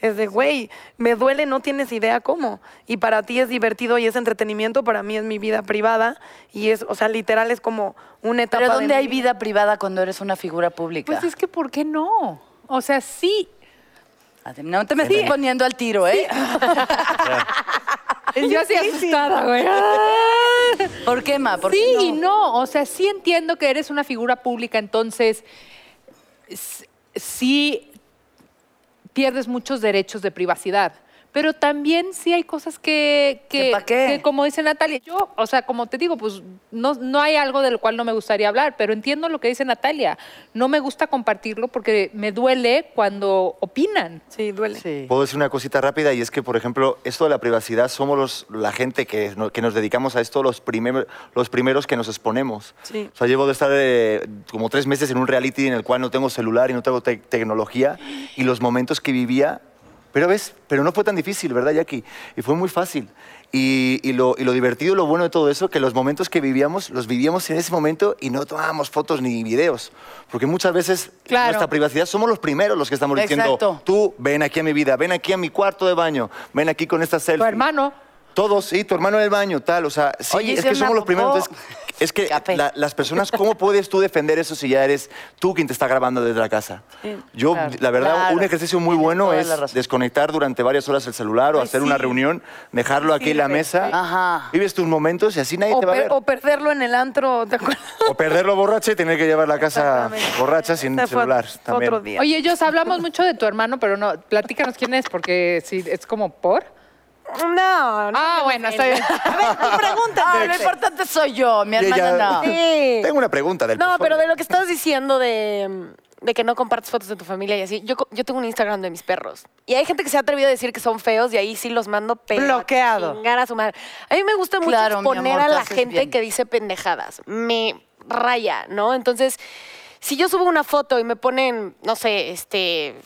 Speaker 3: es de, güey, me duele, no tienes idea cómo. Y para ti es divertido y es entretenimiento, para mí es mi vida privada y es, o sea, literal es como una etapa.
Speaker 1: Pero
Speaker 3: de
Speaker 1: ¿dónde
Speaker 3: mi
Speaker 1: hay vida privada cuando eres una figura pública?
Speaker 4: Pues es que, ¿por qué no? O sea, sí.
Speaker 1: Adem- No te me estoy poniendo al tiro, ¿eh?
Speaker 4: Yo así asustada, güey.
Speaker 1: ¿Por qué, Ma? ¿Por
Speaker 4: Sí
Speaker 1: qué no?
Speaker 4: y no. O sea, sí entiendo que eres una figura pública, entonces s- sí pierdes muchos derechos de privacidad. Pero también sí hay cosas que,
Speaker 1: ¿Que
Speaker 4: que,
Speaker 1: pa' qué?
Speaker 4: que, como dice Natalia, yo, o sea, como te digo, pues no, no hay algo del cual no me gustaría hablar, pero entiendo lo que dice Natalia. No me gusta compartirlo porque me duele cuando opinan.
Speaker 3: Sí, duele.
Speaker 6: Puedo decir una cosita rápida y es que, por ejemplo, esto de la privacidad somos los- la gente que, no- que nos dedicamos a esto los, primer- los primeros que nos exponemos.
Speaker 3: Sí.
Speaker 6: O sea, llevo de estar eh, como tres meses en un reality en el cual no tengo celular y no tengo te- tecnología y los momentos que vivía. Pero ves, pero no fue tan difícil, ¿verdad, Jackie? Y fue muy fácil. Y, y lo, y lo divertido, lo bueno de todo eso, que los momentos que vivíamos, los vivíamos en ese momento y no tomábamos fotos ni videos. Porque muchas veces
Speaker 4: Claro.
Speaker 6: nuestra privacidad somos los primeros los que estamos
Speaker 1: Exacto.
Speaker 6: diciendo, tú ven aquí a mi vida, ven aquí a mi cuarto de baño, ven aquí con esta selfie.
Speaker 4: Tu hermano.
Speaker 6: Todos, sí, tu hermano en el baño, tal, o sea, sí,
Speaker 1: Oye,
Speaker 6: es
Speaker 1: hice
Speaker 6: que
Speaker 1: una
Speaker 6: somos los
Speaker 1: popó.
Speaker 6: primeros. entonces, es que
Speaker 1: Café.
Speaker 6: la- las personas, ¿cómo puedes tú defender eso si ya eres tú quien te está grabando desde la casa? Yo,
Speaker 1: Claro.
Speaker 6: la verdad,
Speaker 1: Claro.
Speaker 6: un ejercicio muy
Speaker 1: Tienes
Speaker 6: bueno
Speaker 1: toda
Speaker 6: es
Speaker 1: la razón.
Speaker 6: desconectar durante varias horas el celular o hacer una reunión, dejarlo aquí en la mesa,
Speaker 1: Ajá.
Speaker 6: vives tus momentos y así nadie
Speaker 3: O,
Speaker 6: te va a
Speaker 3: per-
Speaker 6: ver.
Speaker 3: o perderlo en el antro, ¿te acuerdas?
Speaker 6: O perderlo borracha y tener que llevar la casa borracha sin
Speaker 3: Ese fue
Speaker 6: celular
Speaker 3: otro
Speaker 6: también.
Speaker 3: día.
Speaker 4: Oye, ellos hablamos mucho de tu hermano, pero no, platícanos quién es, porque sí, es como por.
Speaker 3: no, no.
Speaker 4: Ah, bueno, está bien.
Speaker 1: Ah, lo importante soy yo, mi
Speaker 6: Y
Speaker 1: hermana
Speaker 6: ella-
Speaker 1: no.
Speaker 5: Sí.
Speaker 6: Tengo una pregunta del
Speaker 5: No,
Speaker 6: pozole.
Speaker 5: pero de lo que estás diciendo de, mm, de que no compartes fotos de tu familia y así, yo, co- yo tengo un Instagram de mis perros. Y hay gente que se ha atrevido a decir que son feos y ahí sí los mando pero a
Speaker 2: Bloqueado.
Speaker 5: chingar a su madre. A mí me gusta mucho
Speaker 1: Claro, mi
Speaker 5: exponer
Speaker 1: amor,
Speaker 5: a
Speaker 1: tú
Speaker 5: la
Speaker 1: haces
Speaker 5: gente
Speaker 1: bien.
Speaker 5: que dice pendejadas. Me raya, ¿no? Entonces, si yo subo una foto y me ponen, no sé, este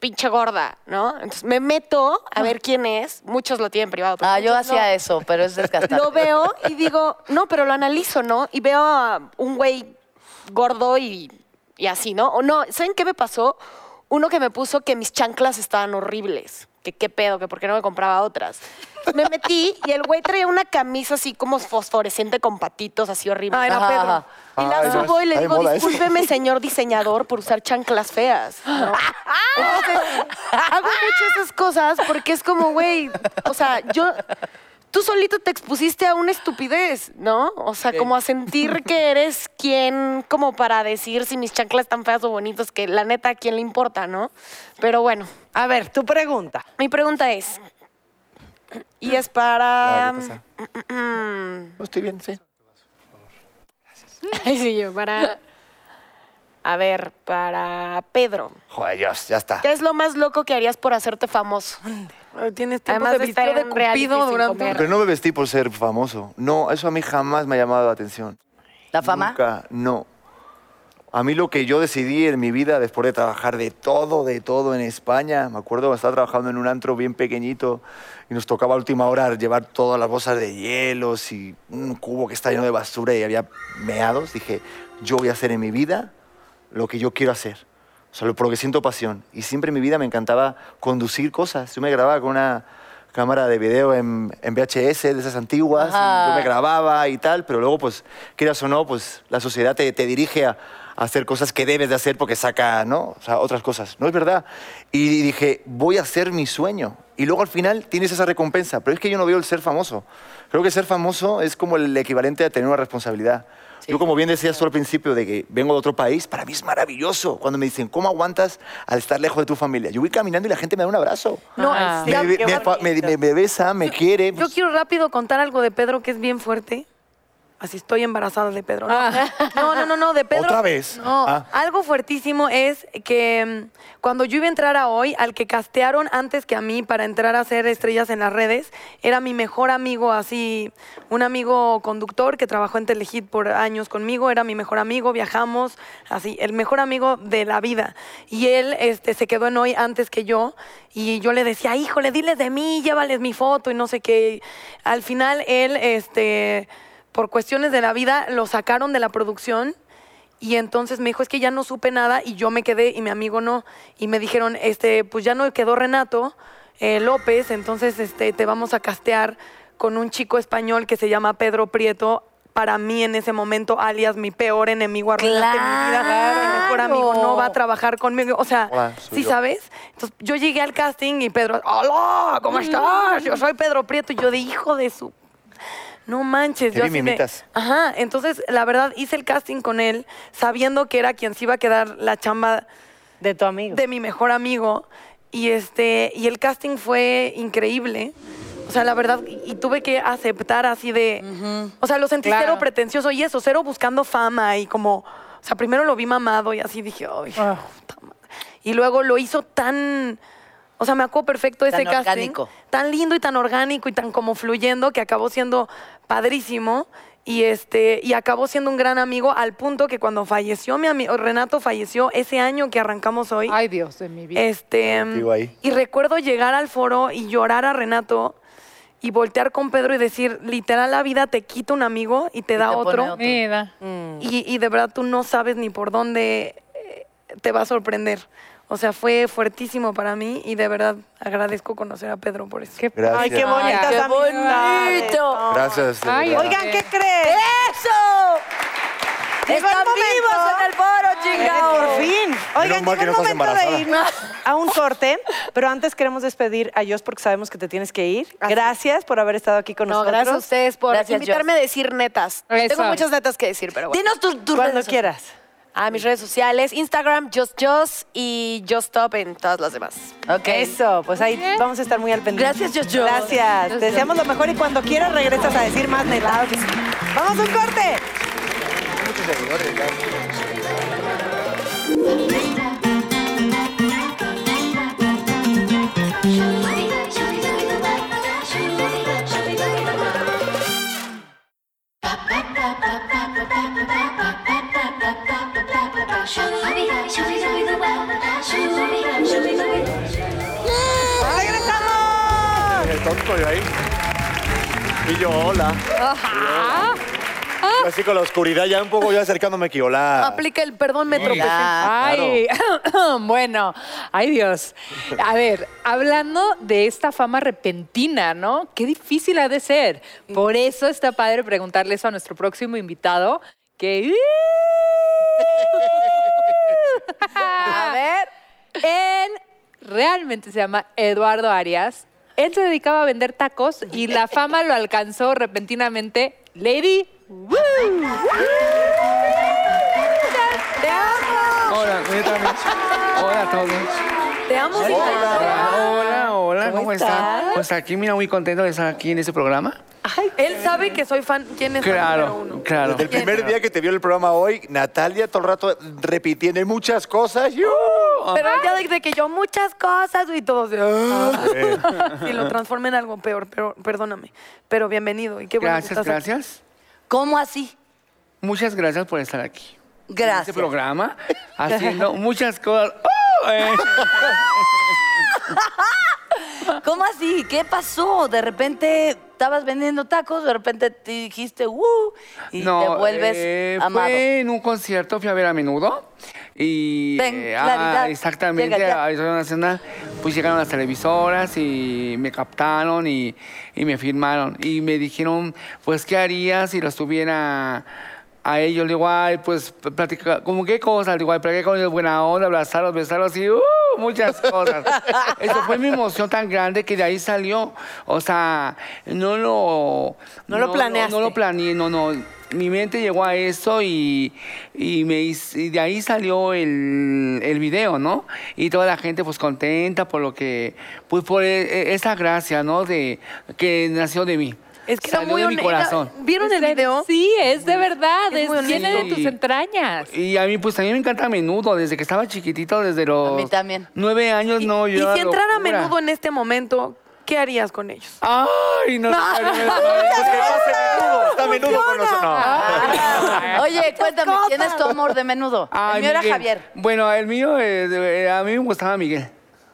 Speaker 5: pinche gorda, ¿no? Entonces me meto a ver quién es. Muchos lo tienen privado. pero
Speaker 1: Ah, yo
Speaker 5: muchos no.
Speaker 1: hacía eso, pero es desgastante.
Speaker 5: Lo veo y digo, no, pero lo analizo, ¿no? Y veo a un güey gordo y, y así, ¿no? O no, ¿saben qué me pasó? Uno que me puso que mis chanclas estaban horribles. Que qué pedo, que por qué no me compraba otras. Me metí y el güey traía una camisa así como fosforescente con patitos así horrible.
Speaker 3: Ah, era
Speaker 1: Ajá,
Speaker 3: Pedro.
Speaker 1: ajá.
Speaker 5: Y la
Speaker 6: Ay,
Speaker 5: subo y le
Speaker 6: ay, ¿eh?
Speaker 5: digo,
Speaker 6: moda eso.
Speaker 5: discúlpeme, señor diseñador, por usar chanclas feas. ¿no?
Speaker 6: Ah,
Speaker 5: Entonces, hago mucho esas cosas porque es como, güey, o sea, yo... Tú solito te expusiste a una estupidez, ¿no? O sea, como a sentir que eres quien, como para decir si mis chanclas están feas o bonitas, que la neta, ¿a quién le importa, no? Pero bueno,
Speaker 2: A ver, tu pregunta.
Speaker 5: mi pregunta es, y es
Speaker 6: Ah,
Speaker 5: para...
Speaker 6: ¿qué pasa? No, estoy bien, sí.
Speaker 5: Ay, sí, yo, para. A ver, para Pedro.
Speaker 6: Joder, Dios, ya está.
Speaker 5: ¿Qué es lo más loco que harías por hacerte famoso?
Speaker 3: Tienes tiempo
Speaker 5: Además
Speaker 3: de
Speaker 5: de
Speaker 3: vestir
Speaker 5: estar
Speaker 3: de
Speaker 5: en reality
Speaker 3: cupido
Speaker 5: sin
Speaker 3: durante...
Speaker 5: comer.
Speaker 6: Pero no me vestí por ser famoso. No, eso a mí jamás me ha llamado la atención.
Speaker 1: ¿La fama?
Speaker 6: Nunca, no. A mí lo que yo decidí en mi vida, después de trabajar de todo, de todo en España, me acuerdo que estaba trabajando en un antro bien pequeñito y nos tocaba a última hora llevar todas las bolsas de hielos y un cubo que está lleno de basura y había meados, dije, yo voy a hacer en mi vida lo que yo quiero hacer. O sea, lo porque siento pasión. Y siempre en mi vida me encantaba conducir cosas. Yo me grababa con una cámara de video en, en VHS de esas antiguas. y
Speaker 1: Ajá.
Speaker 6: Yo me grababa y tal, pero luego, pues, quieras o no, pues la sociedad te, te dirige a, a hacer cosas que debes de hacer porque saca, ¿no? O sea, otras cosas. No es verdad. Y dije, voy a hacer mi sueño. Y luego al final tienes esa recompensa. Pero es que yo no veo el ser famoso. Creo que ser famoso es como el equivalente a tener una responsabilidad. Yo, como bien decías tú al principio, de que vengo de otro país, para mí es maravilloso cuando me dicen, ¿cómo aguantas al estar lejos de tu familia? Yo voy caminando y la gente me da un abrazo.
Speaker 3: No,
Speaker 4: Ah.
Speaker 3: sí,
Speaker 6: me,
Speaker 3: qué
Speaker 6: me fa- me-
Speaker 3: bonito.
Speaker 6: me- me besa, me quiere. pues,
Speaker 3: Yo quiero rápido contar algo de Pedro que es bien fuerte. Así estoy embarazada de Pedro. No, no, no, no, no, de Pedro.
Speaker 6: ¿Otra vez?
Speaker 3: No,
Speaker 6: Ah.
Speaker 3: algo fuertísimo es que mm, cuando yo iba a entrar a hoy, al que castearon antes que a mí para entrar a hacer estrellas en las redes, era mi mejor amigo, así, un amigo conductor que trabajó en Telehit por años conmigo, era mi mejor amigo, viajamos, así, el mejor amigo de la vida. Y él este, se quedó en hoy antes que yo y yo le decía, híjole, diles de mí, llévales mi foto y no sé qué. Al final él, este, por cuestiones de la vida, lo sacaron de la producción. Y entonces me dijo, es que ya no supe nada y yo me quedé y mi amigo no. Y me dijeron, este, pues ya no quedó Renato eh, López, entonces este, te vamos a castear con un chico español que se llama Pedro Prieto. Para mí en ese momento, alias mi peor enemigo, arruinaste mi vida. Mi mejor amigo no va a trabajar conmigo. O sea,
Speaker 6: Hola, soy
Speaker 3: sí
Speaker 6: yo.
Speaker 3: sabes. Entonces yo llegué al casting y Pedro, hola, ¿cómo estás? Yo soy Pedro Prieto y yo de hijo de su no manches.
Speaker 6: Te vi,
Speaker 3: así de-
Speaker 6: mimitas.
Speaker 3: Ajá, entonces la verdad hice el casting con él sabiendo que era quien se iba a quedar la chamba
Speaker 2: De tu amigo.
Speaker 3: de mi mejor amigo y este y el casting fue increíble. O sea, la verdad, y y tuve que aceptar así de... O sea, lo sentí
Speaker 4: Claro.
Speaker 3: cero pretencioso y eso, cero buscando fama y como... O sea, primero lo vi mamado y así dije, ay, puta madre". Y luego lo hizo tan... O sea, me acuerdo perfecto de
Speaker 1: Tan
Speaker 3: ese casting.
Speaker 1: orgánico.
Speaker 3: Tan lindo y tan orgánico y tan como fluyendo que acabó siendo padrísimo. Y, este, y acabó siendo un gran amigo al punto que cuando falleció mi amigo, Renato falleció ese año que arrancamos hoy.
Speaker 4: Ay, Dios de mi vida.
Speaker 3: Este,
Speaker 6: Contigo ahí.
Speaker 3: y recuerdo llegar al foro y llorar a Renato y voltear con Pedro y decir, literal, la vida te quita un amigo y te da
Speaker 9: te pone
Speaker 3: otro.
Speaker 9: otro. Mm.
Speaker 4: Mira.
Speaker 3: Y, y de verdad tú no sabes ni por dónde eh, te va a sorprender. O sea, fue fuertísimo para mí y de verdad agradezco conocer a Pedro por eso.
Speaker 4: Qué
Speaker 6: Gracias.
Speaker 2: Ay, qué bonitas
Speaker 4: qué
Speaker 2: amistades.
Speaker 9: bonito.
Speaker 2: Ay.
Speaker 6: Gracias. de
Speaker 4: Ay,
Speaker 6: verdad.
Speaker 4: oiga.
Speaker 2: Oigan, ¿qué creen?
Speaker 9: ¡Eso!
Speaker 2: Llegó el
Speaker 9: ¡Están
Speaker 2: momento.
Speaker 9: vivos en el foro, chingados!
Speaker 2: Por fin. Oigan, llegó
Speaker 6: mal que
Speaker 2: el
Speaker 6: no estás
Speaker 2: momento de
Speaker 6: embarazada.
Speaker 2: irnos a un corte, pero antes queremos despedir a Jos porque sabemos que te tienes que ir. Gracias por haber estado aquí con
Speaker 5: No,
Speaker 2: nosotros.
Speaker 5: gracias a ustedes por
Speaker 9: Gracias,
Speaker 5: invitarme a decir netas.
Speaker 4: Eso.
Speaker 5: Tengo muchas netas que decir, pero bueno.
Speaker 9: Dinos tus tus
Speaker 2: Cuando
Speaker 9: redes
Speaker 2: quieras.
Speaker 5: A mis redes sociales, Instagram, JustJust y JustTop en todas las demás.
Speaker 9: Ok.
Speaker 2: Eso, pues ahí vamos a estar muy al pendiente.
Speaker 9: Gracias, Jojo.
Speaker 2: Gracias. Te deseamos lo mejor y cuando quieras regresas a decir más netadas. ¡Vamos a un corte! ¡Regresamos!
Speaker 6: El tonto yo ahí. Y yo, hola.
Speaker 4: Ah.
Speaker 6: Yo Así con la oscuridad, ya un poco yo acercándome aquí, hola.
Speaker 3: Aplica el perdón, me tropecé.
Speaker 4: Ay, bueno, ay Dios. A ver, hablando de esta fama repentina, ¿no? Qué difícil ha de ser. Por eso está padre preguntarle eso a nuestro próximo invitado, que... A ver. Él realmente se llama Eduardo Arias. Él se dedicaba a vender tacos y la fama lo alcanzó repentinamente. Lady... Wu.
Speaker 10: Hola, yo también. Hola a todos.
Speaker 3: Te amo.
Speaker 10: Hola, hola, ¿cómo, están? Pues aquí, mira, muy contento de estar aquí en este programa.
Speaker 3: Él sabe que soy fan. ¿Quién es fan número uno?
Speaker 10: Claro, claro.
Speaker 6: Desde el primer día que te vio el programa hoy, Natalia todo el rato repitiendo y muchas cosas. ¡Yo!
Speaker 3: Pero ya desde que yo muchas cosas y todos de... "Ah". Y lo transformé en algo peor, pero perdóname. Pero bienvenido y qué bueno que
Speaker 10: Gracias,
Speaker 3: estás aquí.
Speaker 10: gracias.
Speaker 9: ¿Cómo así?
Speaker 10: Muchas gracias por estar aquí. En este
Speaker 9: Gracias.
Speaker 10: programa, haciendo muchas cosas. ¡Oh! Eh,
Speaker 9: ¿Cómo así? ¿Qué pasó? De repente estabas vendiendo tacos, de repente te dijiste, ¡uh! Y te vuelves
Speaker 10: eh,
Speaker 9: amado.
Speaker 10: Fue en un concierto, fui a ver a menudo. Y
Speaker 9: Ven,
Speaker 10: eh,
Speaker 9: claridad,
Speaker 10: exactamente,
Speaker 9: llega ya.
Speaker 10: a Arizona Nacional, pues llegaron las televisoras y me captaron y, y me firmaron. Y me dijeron, pues, ¿qué haría si los tuviera a ellos? Le digo, ay, pues, platicar, ¿cómo qué cosas? Le digo, ay, platicar con ellos, buena onda, abrazarlos, besarlos y, ¡uh! Muchas cosas. Eso fue mi emoción tan grande que de ahí salió. O sea, no lo...
Speaker 2: No lo planeaste.
Speaker 10: No, lo planeé, no, no. Mi mente llegó a eso y, y me, hice- y de ahí salió el, el video, ¿no? Y toda la gente pues contenta por lo que, pues por e- e- esa gracia, ¿no? De, que nació de mí.
Speaker 3: Es que
Speaker 10: Salió de mi
Speaker 3: hone-
Speaker 10: corazón.
Speaker 3: era- ¿Vieron
Speaker 4: Es
Speaker 3: el
Speaker 4: de-
Speaker 3: video?
Speaker 4: Sí, es de verdad.
Speaker 3: Es
Speaker 4: Es,
Speaker 3: muy
Speaker 4: viene de
Speaker 10: honesto.
Speaker 4: tus entrañas.
Speaker 10: Y a mí, pues, a mí me encanta menudo. Desde que estaba chiquitito, desde los...
Speaker 9: mí también.
Speaker 10: Nueve años,
Speaker 3: Y-
Speaker 10: no,
Speaker 3: y,
Speaker 10: yo era
Speaker 3: si entrara
Speaker 10: locura.
Speaker 3: menudo en este momento, ¿qué harías con ellos?
Speaker 10: ¡Ay, no! sé, no, no, no.
Speaker 6: Pues que pase menudo. Está menudo con nosotros. No.
Speaker 3: Ah.
Speaker 9: Ah, Oye, cuéntame, ¿quién es tu amor de menudo?
Speaker 10: Ay,
Speaker 9: el mío era
Speaker 10: Miguel.
Speaker 9: Javier.
Speaker 10: Bueno, el mío, eh, de- eh, a mí me gustaba Miguel.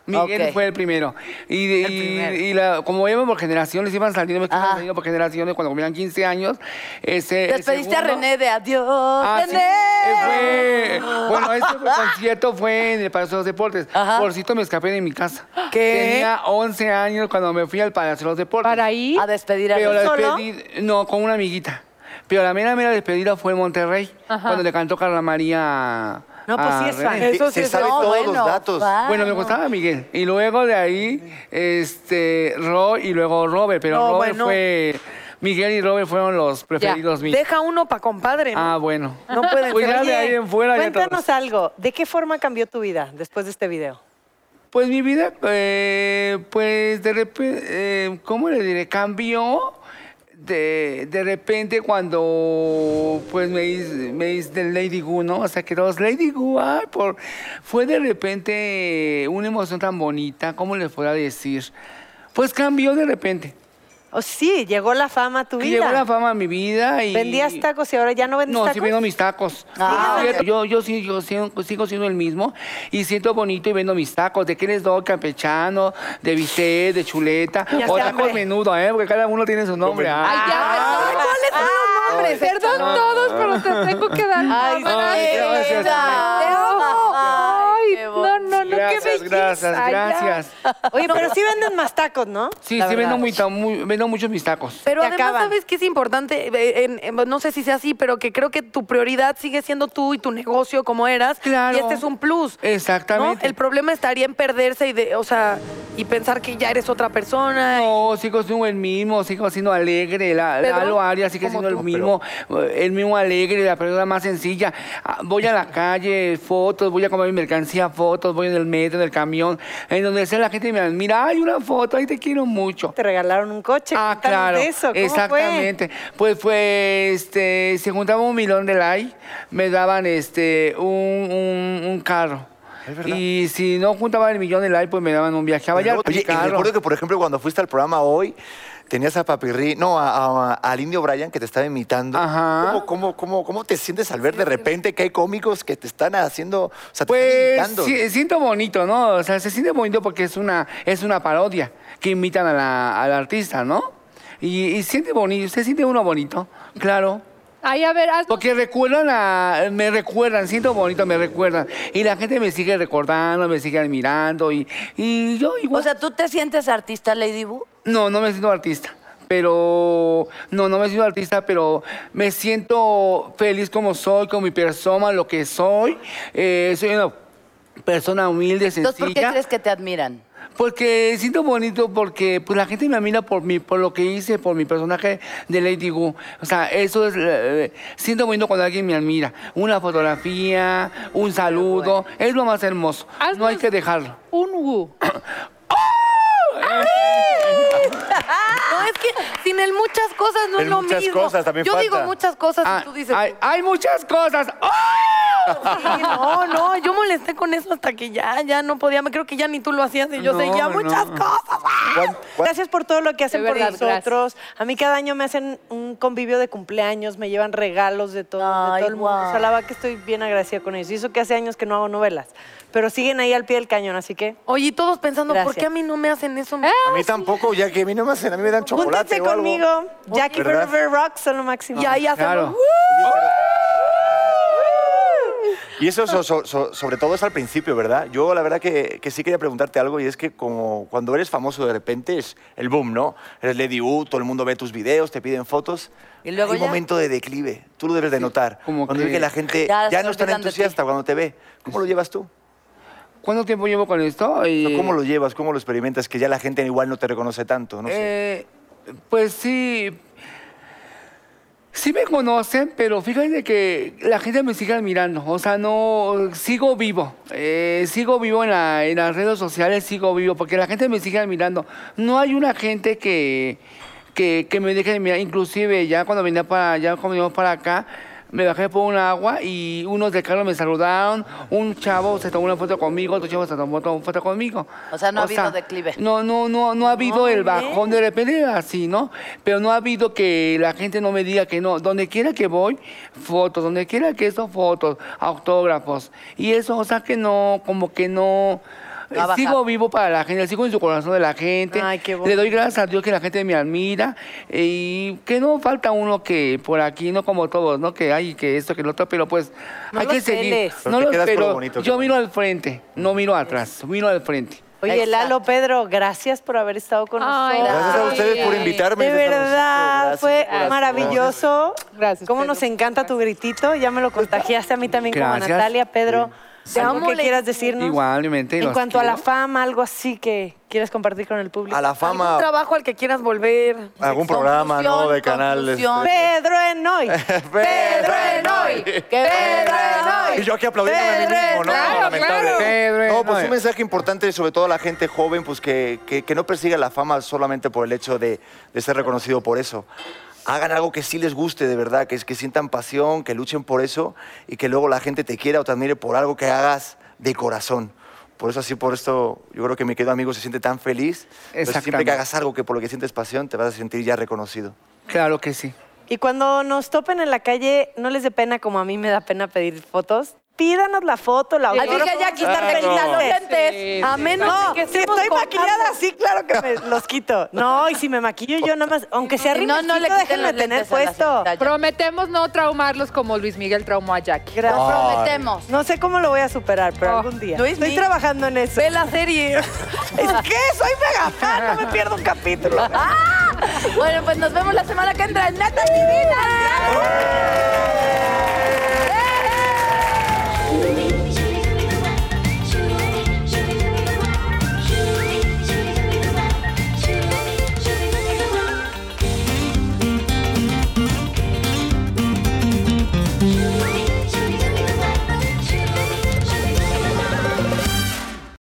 Speaker 10: Miguel
Speaker 9: Ok.
Speaker 10: fue el primero. Y, de-
Speaker 9: El
Speaker 10: y-
Speaker 9: primero. Ah.
Speaker 10: y la- como íbamos por generaciones, iban saliendo, me
Speaker 9: Ajá.
Speaker 10: iban saliendo por generaciones cuando cumplían 15 años. Ese, el
Speaker 9: Despediste a
Speaker 10: segundo-
Speaker 9: René de adiós,
Speaker 10: Eh, Ah, sí.
Speaker 9: René.
Speaker 10: Eh, fue- bueno, este fue- concierto fue en el Palacio de los Deportes.
Speaker 9: Ajá.
Speaker 10: Por cierto, me escapé de mi casa.
Speaker 3: ¿Qué?
Speaker 10: Tenía 11 años cuando me fui al Palacio de los Deportes.
Speaker 4: Para ir.
Speaker 9: A despedir a
Speaker 10: Pero la
Speaker 9: René.
Speaker 10: despedida, no, con una amiguita. Pero la mera, mera despedida fue en Monterrey, cuando le cantó Carla María.
Speaker 2: No, pues
Speaker 10: a
Speaker 2: sí es
Speaker 10: René.
Speaker 2: fan.
Speaker 3: Eso sí
Speaker 6: Se
Speaker 3: es
Speaker 6: sabe todos
Speaker 9: bueno,
Speaker 6: los datos.
Speaker 9: va.
Speaker 10: Bueno, me gustaba Miguel. Y luego de ahí, este, Ro y luego Robert. Pero
Speaker 3: No,
Speaker 10: Robert
Speaker 3: bueno.
Speaker 10: fue. Miguel y Robert fueron los preferidos míos.
Speaker 3: Deja uno para compadre. ¿no?
Speaker 10: Ah, bueno.
Speaker 3: No puede
Speaker 10: Pues
Speaker 3: ser.
Speaker 10: ya de ahí en fuera. ya todo.
Speaker 2: Cuéntanos algo. ¿De qué forma cambió tu vida después de este video?
Speaker 10: Pues mi vida, eh, pues de repente, ¿cómo le diré? Cambió de, de repente cuando pues me hice, me hice del Lady Goo, ¿no? O sea, que todos, Lady Goo, ay, por... Fue de repente una emoción tan bonita, ¿cómo les podría decir? Pues cambió de repente.
Speaker 2: O sí, llegó la fama a tu vida.
Speaker 10: Llegó la fama a mi vida y...
Speaker 2: Vendías tacos y ahora ya no vendes
Speaker 10: No,
Speaker 2: Pues, tacos.
Speaker 10: sí vendo mis tacos.
Speaker 9: Ah,
Speaker 10: Sí, yo, yo, sí- yo sigo, sigo siendo el mismo y siento bonito y vendo mis tacos. ¿De qué les doy? Campechano, de bistec, de chuleta
Speaker 2: Ya
Speaker 10: o
Speaker 2: sé,
Speaker 10: tacos
Speaker 2: hombre.
Speaker 10: menudo, ¿eh? Porque cada uno tiene su nombre.
Speaker 4: Ay,
Speaker 10: Ah.
Speaker 4: ya, perdón.
Speaker 3: Ah,
Speaker 4: Hombre, perdón todos, pero te tengo que dar.
Speaker 9: Ay,
Speaker 4: la
Speaker 10: Ay,
Speaker 9: sí,
Speaker 10: gracias,
Speaker 9: linda.
Speaker 4: Te amo.
Speaker 9: Ay,
Speaker 4: Ay,
Speaker 9: qué
Speaker 4: no, no, no, qué
Speaker 10: Gracias,
Speaker 4: belleza.
Speaker 10: gracias,
Speaker 4: ya.
Speaker 10: gracias.
Speaker 2: Oye, pero sí venden más tacos, ¿no?
Speaker 10: Sí,
Speaker 9: La
Speaker 10: sí,
Speaker 9: verdad.
Speaker 10: vendo, muy, ta- muy- vendo muchos mis tacos.
Speaker 3: Pero
Speaker 2: Te
Speaker 3: además,
Speaker 2: acaban.
Speaker 3: ¿sabes qué es importante? Eh, en- en- no sé si sea así, pero que creo que tu prioridad sigue siendo tú y tu negocio como eras.
Speaker 10: Claro.
Speaker 3: Y este es un plus. ¿no?
Speaker 10: Exactamente.
Speaker 3: El problema estaría en perderse y, de, o sea, y pensar que ya eres otra persona.
Speaker 10: No, sigo siendo el mismo, sigo siendo alegre. La, la
Speaker 3: Pedro,
Speaker 10: Lalo Arias sigue
Speaker 3: como
Speaker 10: siendo el
Speaker 3: tú.
Speaker 10: mismo, eh, el mismo alegre, la persona más sencilla. Ah, Voy a la calle, fotos, voy a comprar mi mercancía, fotos, voy en el metro, en el camión, en donde sea la gente me admira. Ay, una foto, ahí te quiero mucho.
Speaker 2: Te regalaron un coche.
Speaker 10: Ah,
Speaker 2: cuéntanos
Speaker 10: claro.
Speaker 2: de eso. ¿Cómo
Speaker 10: Exactamente. Pues fue, este, se juntaba un millón de like, me daban este un, un- un carro. Y si no juntaba el millón de like, pues me daban un viaje a Vallarta.
Speaker 6: Oye,
Speaker 10: mi
Speaker 6: y
Speaker 10: carro.
Speaker 6: recuerdo que, por ejemplo, cuando fuiste al programa hoy, tenías a Papirri, no, a- a- al Indio Bryan que te estaba imitando.
Speaker 10: Ajá.
Speaker 6: ¿Cómo, cómo, cómo, cómo te sientes al ver de repente que hay cómicos que te están haciendo, o sea, te
Speaker 10: Pues
Speaker 6: están imitando?
Speaker 10: sí, siento bonito, ¿no? O sea, se siente bonito porque es una, es una parodia que imitan a la, al artista, ¿no? Y, y siente bonito, se siente uno bonito, claro.
Speaker 4: Ay, a ver, haz-
Speaker 10: Porque recuerdan a, me recuerdan, siento bonito, me recuerdan. Y la gente me sigue recordando, me sigue admirando y, y yo igual.
Speaker 9: O sea, ¿tú te sientes artista, Lady Boo?
Speaker 10: no, no me siento artista. Pero, no, no me siento artista, pero me siento feliz como soy, con mi persona, lo que soy. Eh, soy una persona humilde, sencilla.
Speaker 9: Entonces, ¿por qué crees que te admiran?
Speaker 10: Porque siento bonito porque pues, la gente me admira por mi, por lo que hice, por mi personaje de Lady Gu. O sea, eso es eh, siento bonito cuando alguien me admira. Una fotografía, un saludo, es lo más hermoso. No hay
Speaker 4: Haznos-
Speaker 10: que dejarlo.
Speaker 4: un wu.
Speaker 3: No, es que sin el muchas cosas no es
Speaker 6: El
Speaker 3: lo
Speaker 6: muchas
Speaker 3: mismo.
Speaker 6: cosas también
Speaker 3: Yo
Speaker 6: falta.
Speaker 3: digo muchas cosas
Speaker 10: Ah,
Speaker 3: y tú dices. "Pues
Speaker 10: hay, hay muchas cosas. ¡Oh!
Speaker 3: Sí, no, no, yo molesté con eso hasta que ya, ya no podía. Creo que ya ni tú lo hacías y yo
Speaker 10: No,
Speaker 3: seguía
Speaker 10: no.
Speaker 3: muchas cosas.
Speaker 6: ¿Cuán- cuán-
Speaker 2: Gracias por todo lo que hacen
Speaker 4: De verdad,
Speaker 2: por nosotros. A mí cada año me hacen un convivio de cumpleaños, me llevan regalos de todo, de
Speaker 9: Ay,
Speaker 2: todo el mundo.
Speaker 9: guau.
Speaker 2: O sea, la verdad que estoy bien agradecida con ellos. Y eso que hace años que no hago novelas. Pero siguen ahí al pie del cañón, así que
Speaker 3: Oye, y todos pensando, ¿por
Speaker 2: Gracias.
Speaker 3: qué a mí no me hacen eso?
Speaker 9: Eh,
Speaker 6: A mí tampoco, ya que a mí no me hacen, a mí me dan chocolate
Speaker 2: júntense
Speaker 6: o algo. Oh,
Speaker 2: conmigo. Jackie
Speaker 6: ¿Verdad?
Speaker 2: River Rock son lo máximo.
Speaker 3: Y ahí hacemos.
Speaker 10: Claro.
Speaker 6: Y eso so- so- so- sobre todo es al principio, ¿verdad? Yo la verdad que, que sí quería preguntarte algo y es que como cuando eres famoso de repente es el boom, ¿no? Eres Lady U, todo el mundo ve tus videos, te piden fotos.
Speaker 9: Y luego
Speaker 6: Hay un
Speaker 9: ya.
Speaker 6: momento de declive, tú lo debes de notar.
Speaker 10: como
Speaker 6: cuando
Speaker 10: que-
Speaker 6: ve que la gente
Speaker 9: Ya
Speaker 6: ya,
Speaker 9: se
Speaker 6: no es tan
Speaker 9: olvidan de ti.
Speaker 6: entusiasta cuando te ve. ¿Cómo lo llevas tú?
Speaker 10: ¿Cuánto tiempo llevo con esto? Eh, Y-
Speaker 6: ¿Cómo lo llevas? ¿Cómo lo experimentas? Que ya la gente igual no te reconoce tanto, no sé.
Speaker 10: Eh, pues sí. Sí me conocen, pero fíjense que la gente me sigue admirando. O sea, no. Sigo vivo. Eh, sigo vivo en, la- en las redes sociales, sigo vivo, porque la gente me sigue admirando. No hay una gente que. que, que me dejen, mira, inclusive ya cuando venía para allá, cuando vinimos para acá, me bajé por un agua y unos de Carlos me saludaron, un chavo se tomó una foto conmigo, otro chavo se tomó otra foto conmigo.
Speaker 9: O sea, no ha habido declive.
Speaker 10: No, no, no, no ha habido
Speaker 2: Ah,
Speaker 10: el bajón de repente así, ¿no? Pero no ha habido que la gente no me diga que no. Donde quiera que voy, fotos, donde quiera que eso, fotos, autógrafos. Y eso, o sea que no, como que no.
Speaker 9: No ha bajado.
Speaker 10: Sigo vivo para la gente, sigo en su corazón de la gente.
Speaker 2: Ay, qué
Speaker 10: Le doy gracias a Dios que la gente me admira eh, y que no falta uno que por aquí, no como todos, ¿no? Que hay que esto, que lo otro, pero pues
Speaker 2: No
Speaker 10: hay
Speaker 2: los
Speaker 10: que seguir.
Speaker 2: celes.
Speaker 6: Pero te
Speaker 10: los-
Speaker 6: quedas con lo bonito que
Speaker 10: yo
Speaker 6: fue.
Speaker 10: miro al frente, no miro atrás, miro al frente.
Speaker 2: Oye,
Speaker 9: Exacto.
Speaker 2: Lalo, Pedro, gracias por haber estado con
Speaker 4: Ay,
Speaker 2: nosotros.
Speaker 6: Gracias a
Speaker 4: Ay.
Speaker 6: ustedes por invitarme.
Speaker 2: De
Speaker 6: Gracias.
Speaker 2: verdad,
Speaker 6: Gracias.
Speaker 2: fue
Speaker 6: Gracias.
Speaker 2: maravilloso.
Speaker 4: Gracias,
Speaker 2: Cómo
Speaker 4: Pedro.
Speaker 2: nos encanta tu gritito. Ya me lo contagiaste a mí también como
Speaker 10: Gracias.
Speaker 2: Natalia, Pedro.
Speaker 10: Sí.
Speaker 2: ¿Algo
Speaker 10: Te amo,
Speaker 2: que
Speaker 10: Lady.
Speaker 2: quieras decirnos?
Speaker 10: Igualmente,
Speaker 2: En
Speaker 10: los
Speaker 2: cuanto a la
Speaker 10: quiero.
Speaker 2: fama, algo así que quieras compartir con el público.
Speaker 6: A la
Speaker 3: ¿Algún
Speaker 6: fama,
Speaker 3: trabajo al que quieras volver?
Speaker 6: algún programa, ¿no?
Speaker 9: Conclusión,
Speaker 6: De canal. este.
Speaker 9: conclusión.
Speaker 2: Pedro en hoy.
Speaker 6: Pedro
Speaker 9: Enoy, que Pedro Enoy.
Speaker 6: Y yo aquí aplaudiéndome a mí mismo, ¿no?
Speaker 4: claro,
Speaker 6: Lamentable.
Speaker 4: claro.
Speaker 10: Pedro
Speaker 6: No, pues
Speaker 10: Enoy.
Speaker 6: un mensaje importante, sobre todo a la gente joven, pues que, que- que no persiga la fama solamente por el hecho de, de ser reconocido por eso. Hagan algo que sí les guste de verdad, que, que sientan pasión, que luchen por eso y que luego la gente te quiera o te admire por algo que hagas de corazón. Por eso así, por esto, yo creo que mi querido amigo se siente tan feliz. Entonces, siempre
Speaker 10: Exactamente.
Speaker 6: que hagas algo que por lo que sientes pasión, te vas a sentir ya reconocido.
Speaker 10: Claro que sí.
Speaker 2: Y cuando nos topen en la calle, no les dé pena como a mí me da pena pedir fotos. Pídanos la foto, la
Speaker 9: Ah,
Speaker 2: autógrafo.
Speaker 9: dije, ya quitarte
Speaker 2: Felices.
Speaker 9: los lentes.
Speaker 4: Sí,
Speaker 3: A menos
Speaker 2: No,
Speaker 3: de que
Speaker 2: si
Speaker 3: estemos
Speaker 2: estoy
Speaker 3: cortando.
Speaker 2: maquillada, sí, claro que me los quito. No, y si me maquillo yo nada más, aunque sea
Speaker 9: No,
Speaker 2: rimecito,
Speaker 9: no le quiten
Speaker 2: déjenme
Speaker 9: los
Speaker 2: tener
Speaker 9: lentes a la
Speaker 2: puesto.
Speaker 9: señorita.
Speaker 4: Prometemos no traumarlos como Luis Miguel traumó a Jackie.
Speaker 2: Gracias.
Speaker 9: Lo prometemos.
Speaker 2: No sé cómo lo voy a superar, pero
Speaker 4: Oh,
Speaker 2: algún día.
Speaker 9: Luis,
Speaker 2: Estoy
Speaker 9: mi-
Speaker 2: trabajando en eso.
Speaker 3: Ve la serie.
Speaker 2: Es que soy mega fan, no me pierdo un capítulo.
Speaker 9: Ah, bueno, pues nos vemos la semana que entra en Nata Divina.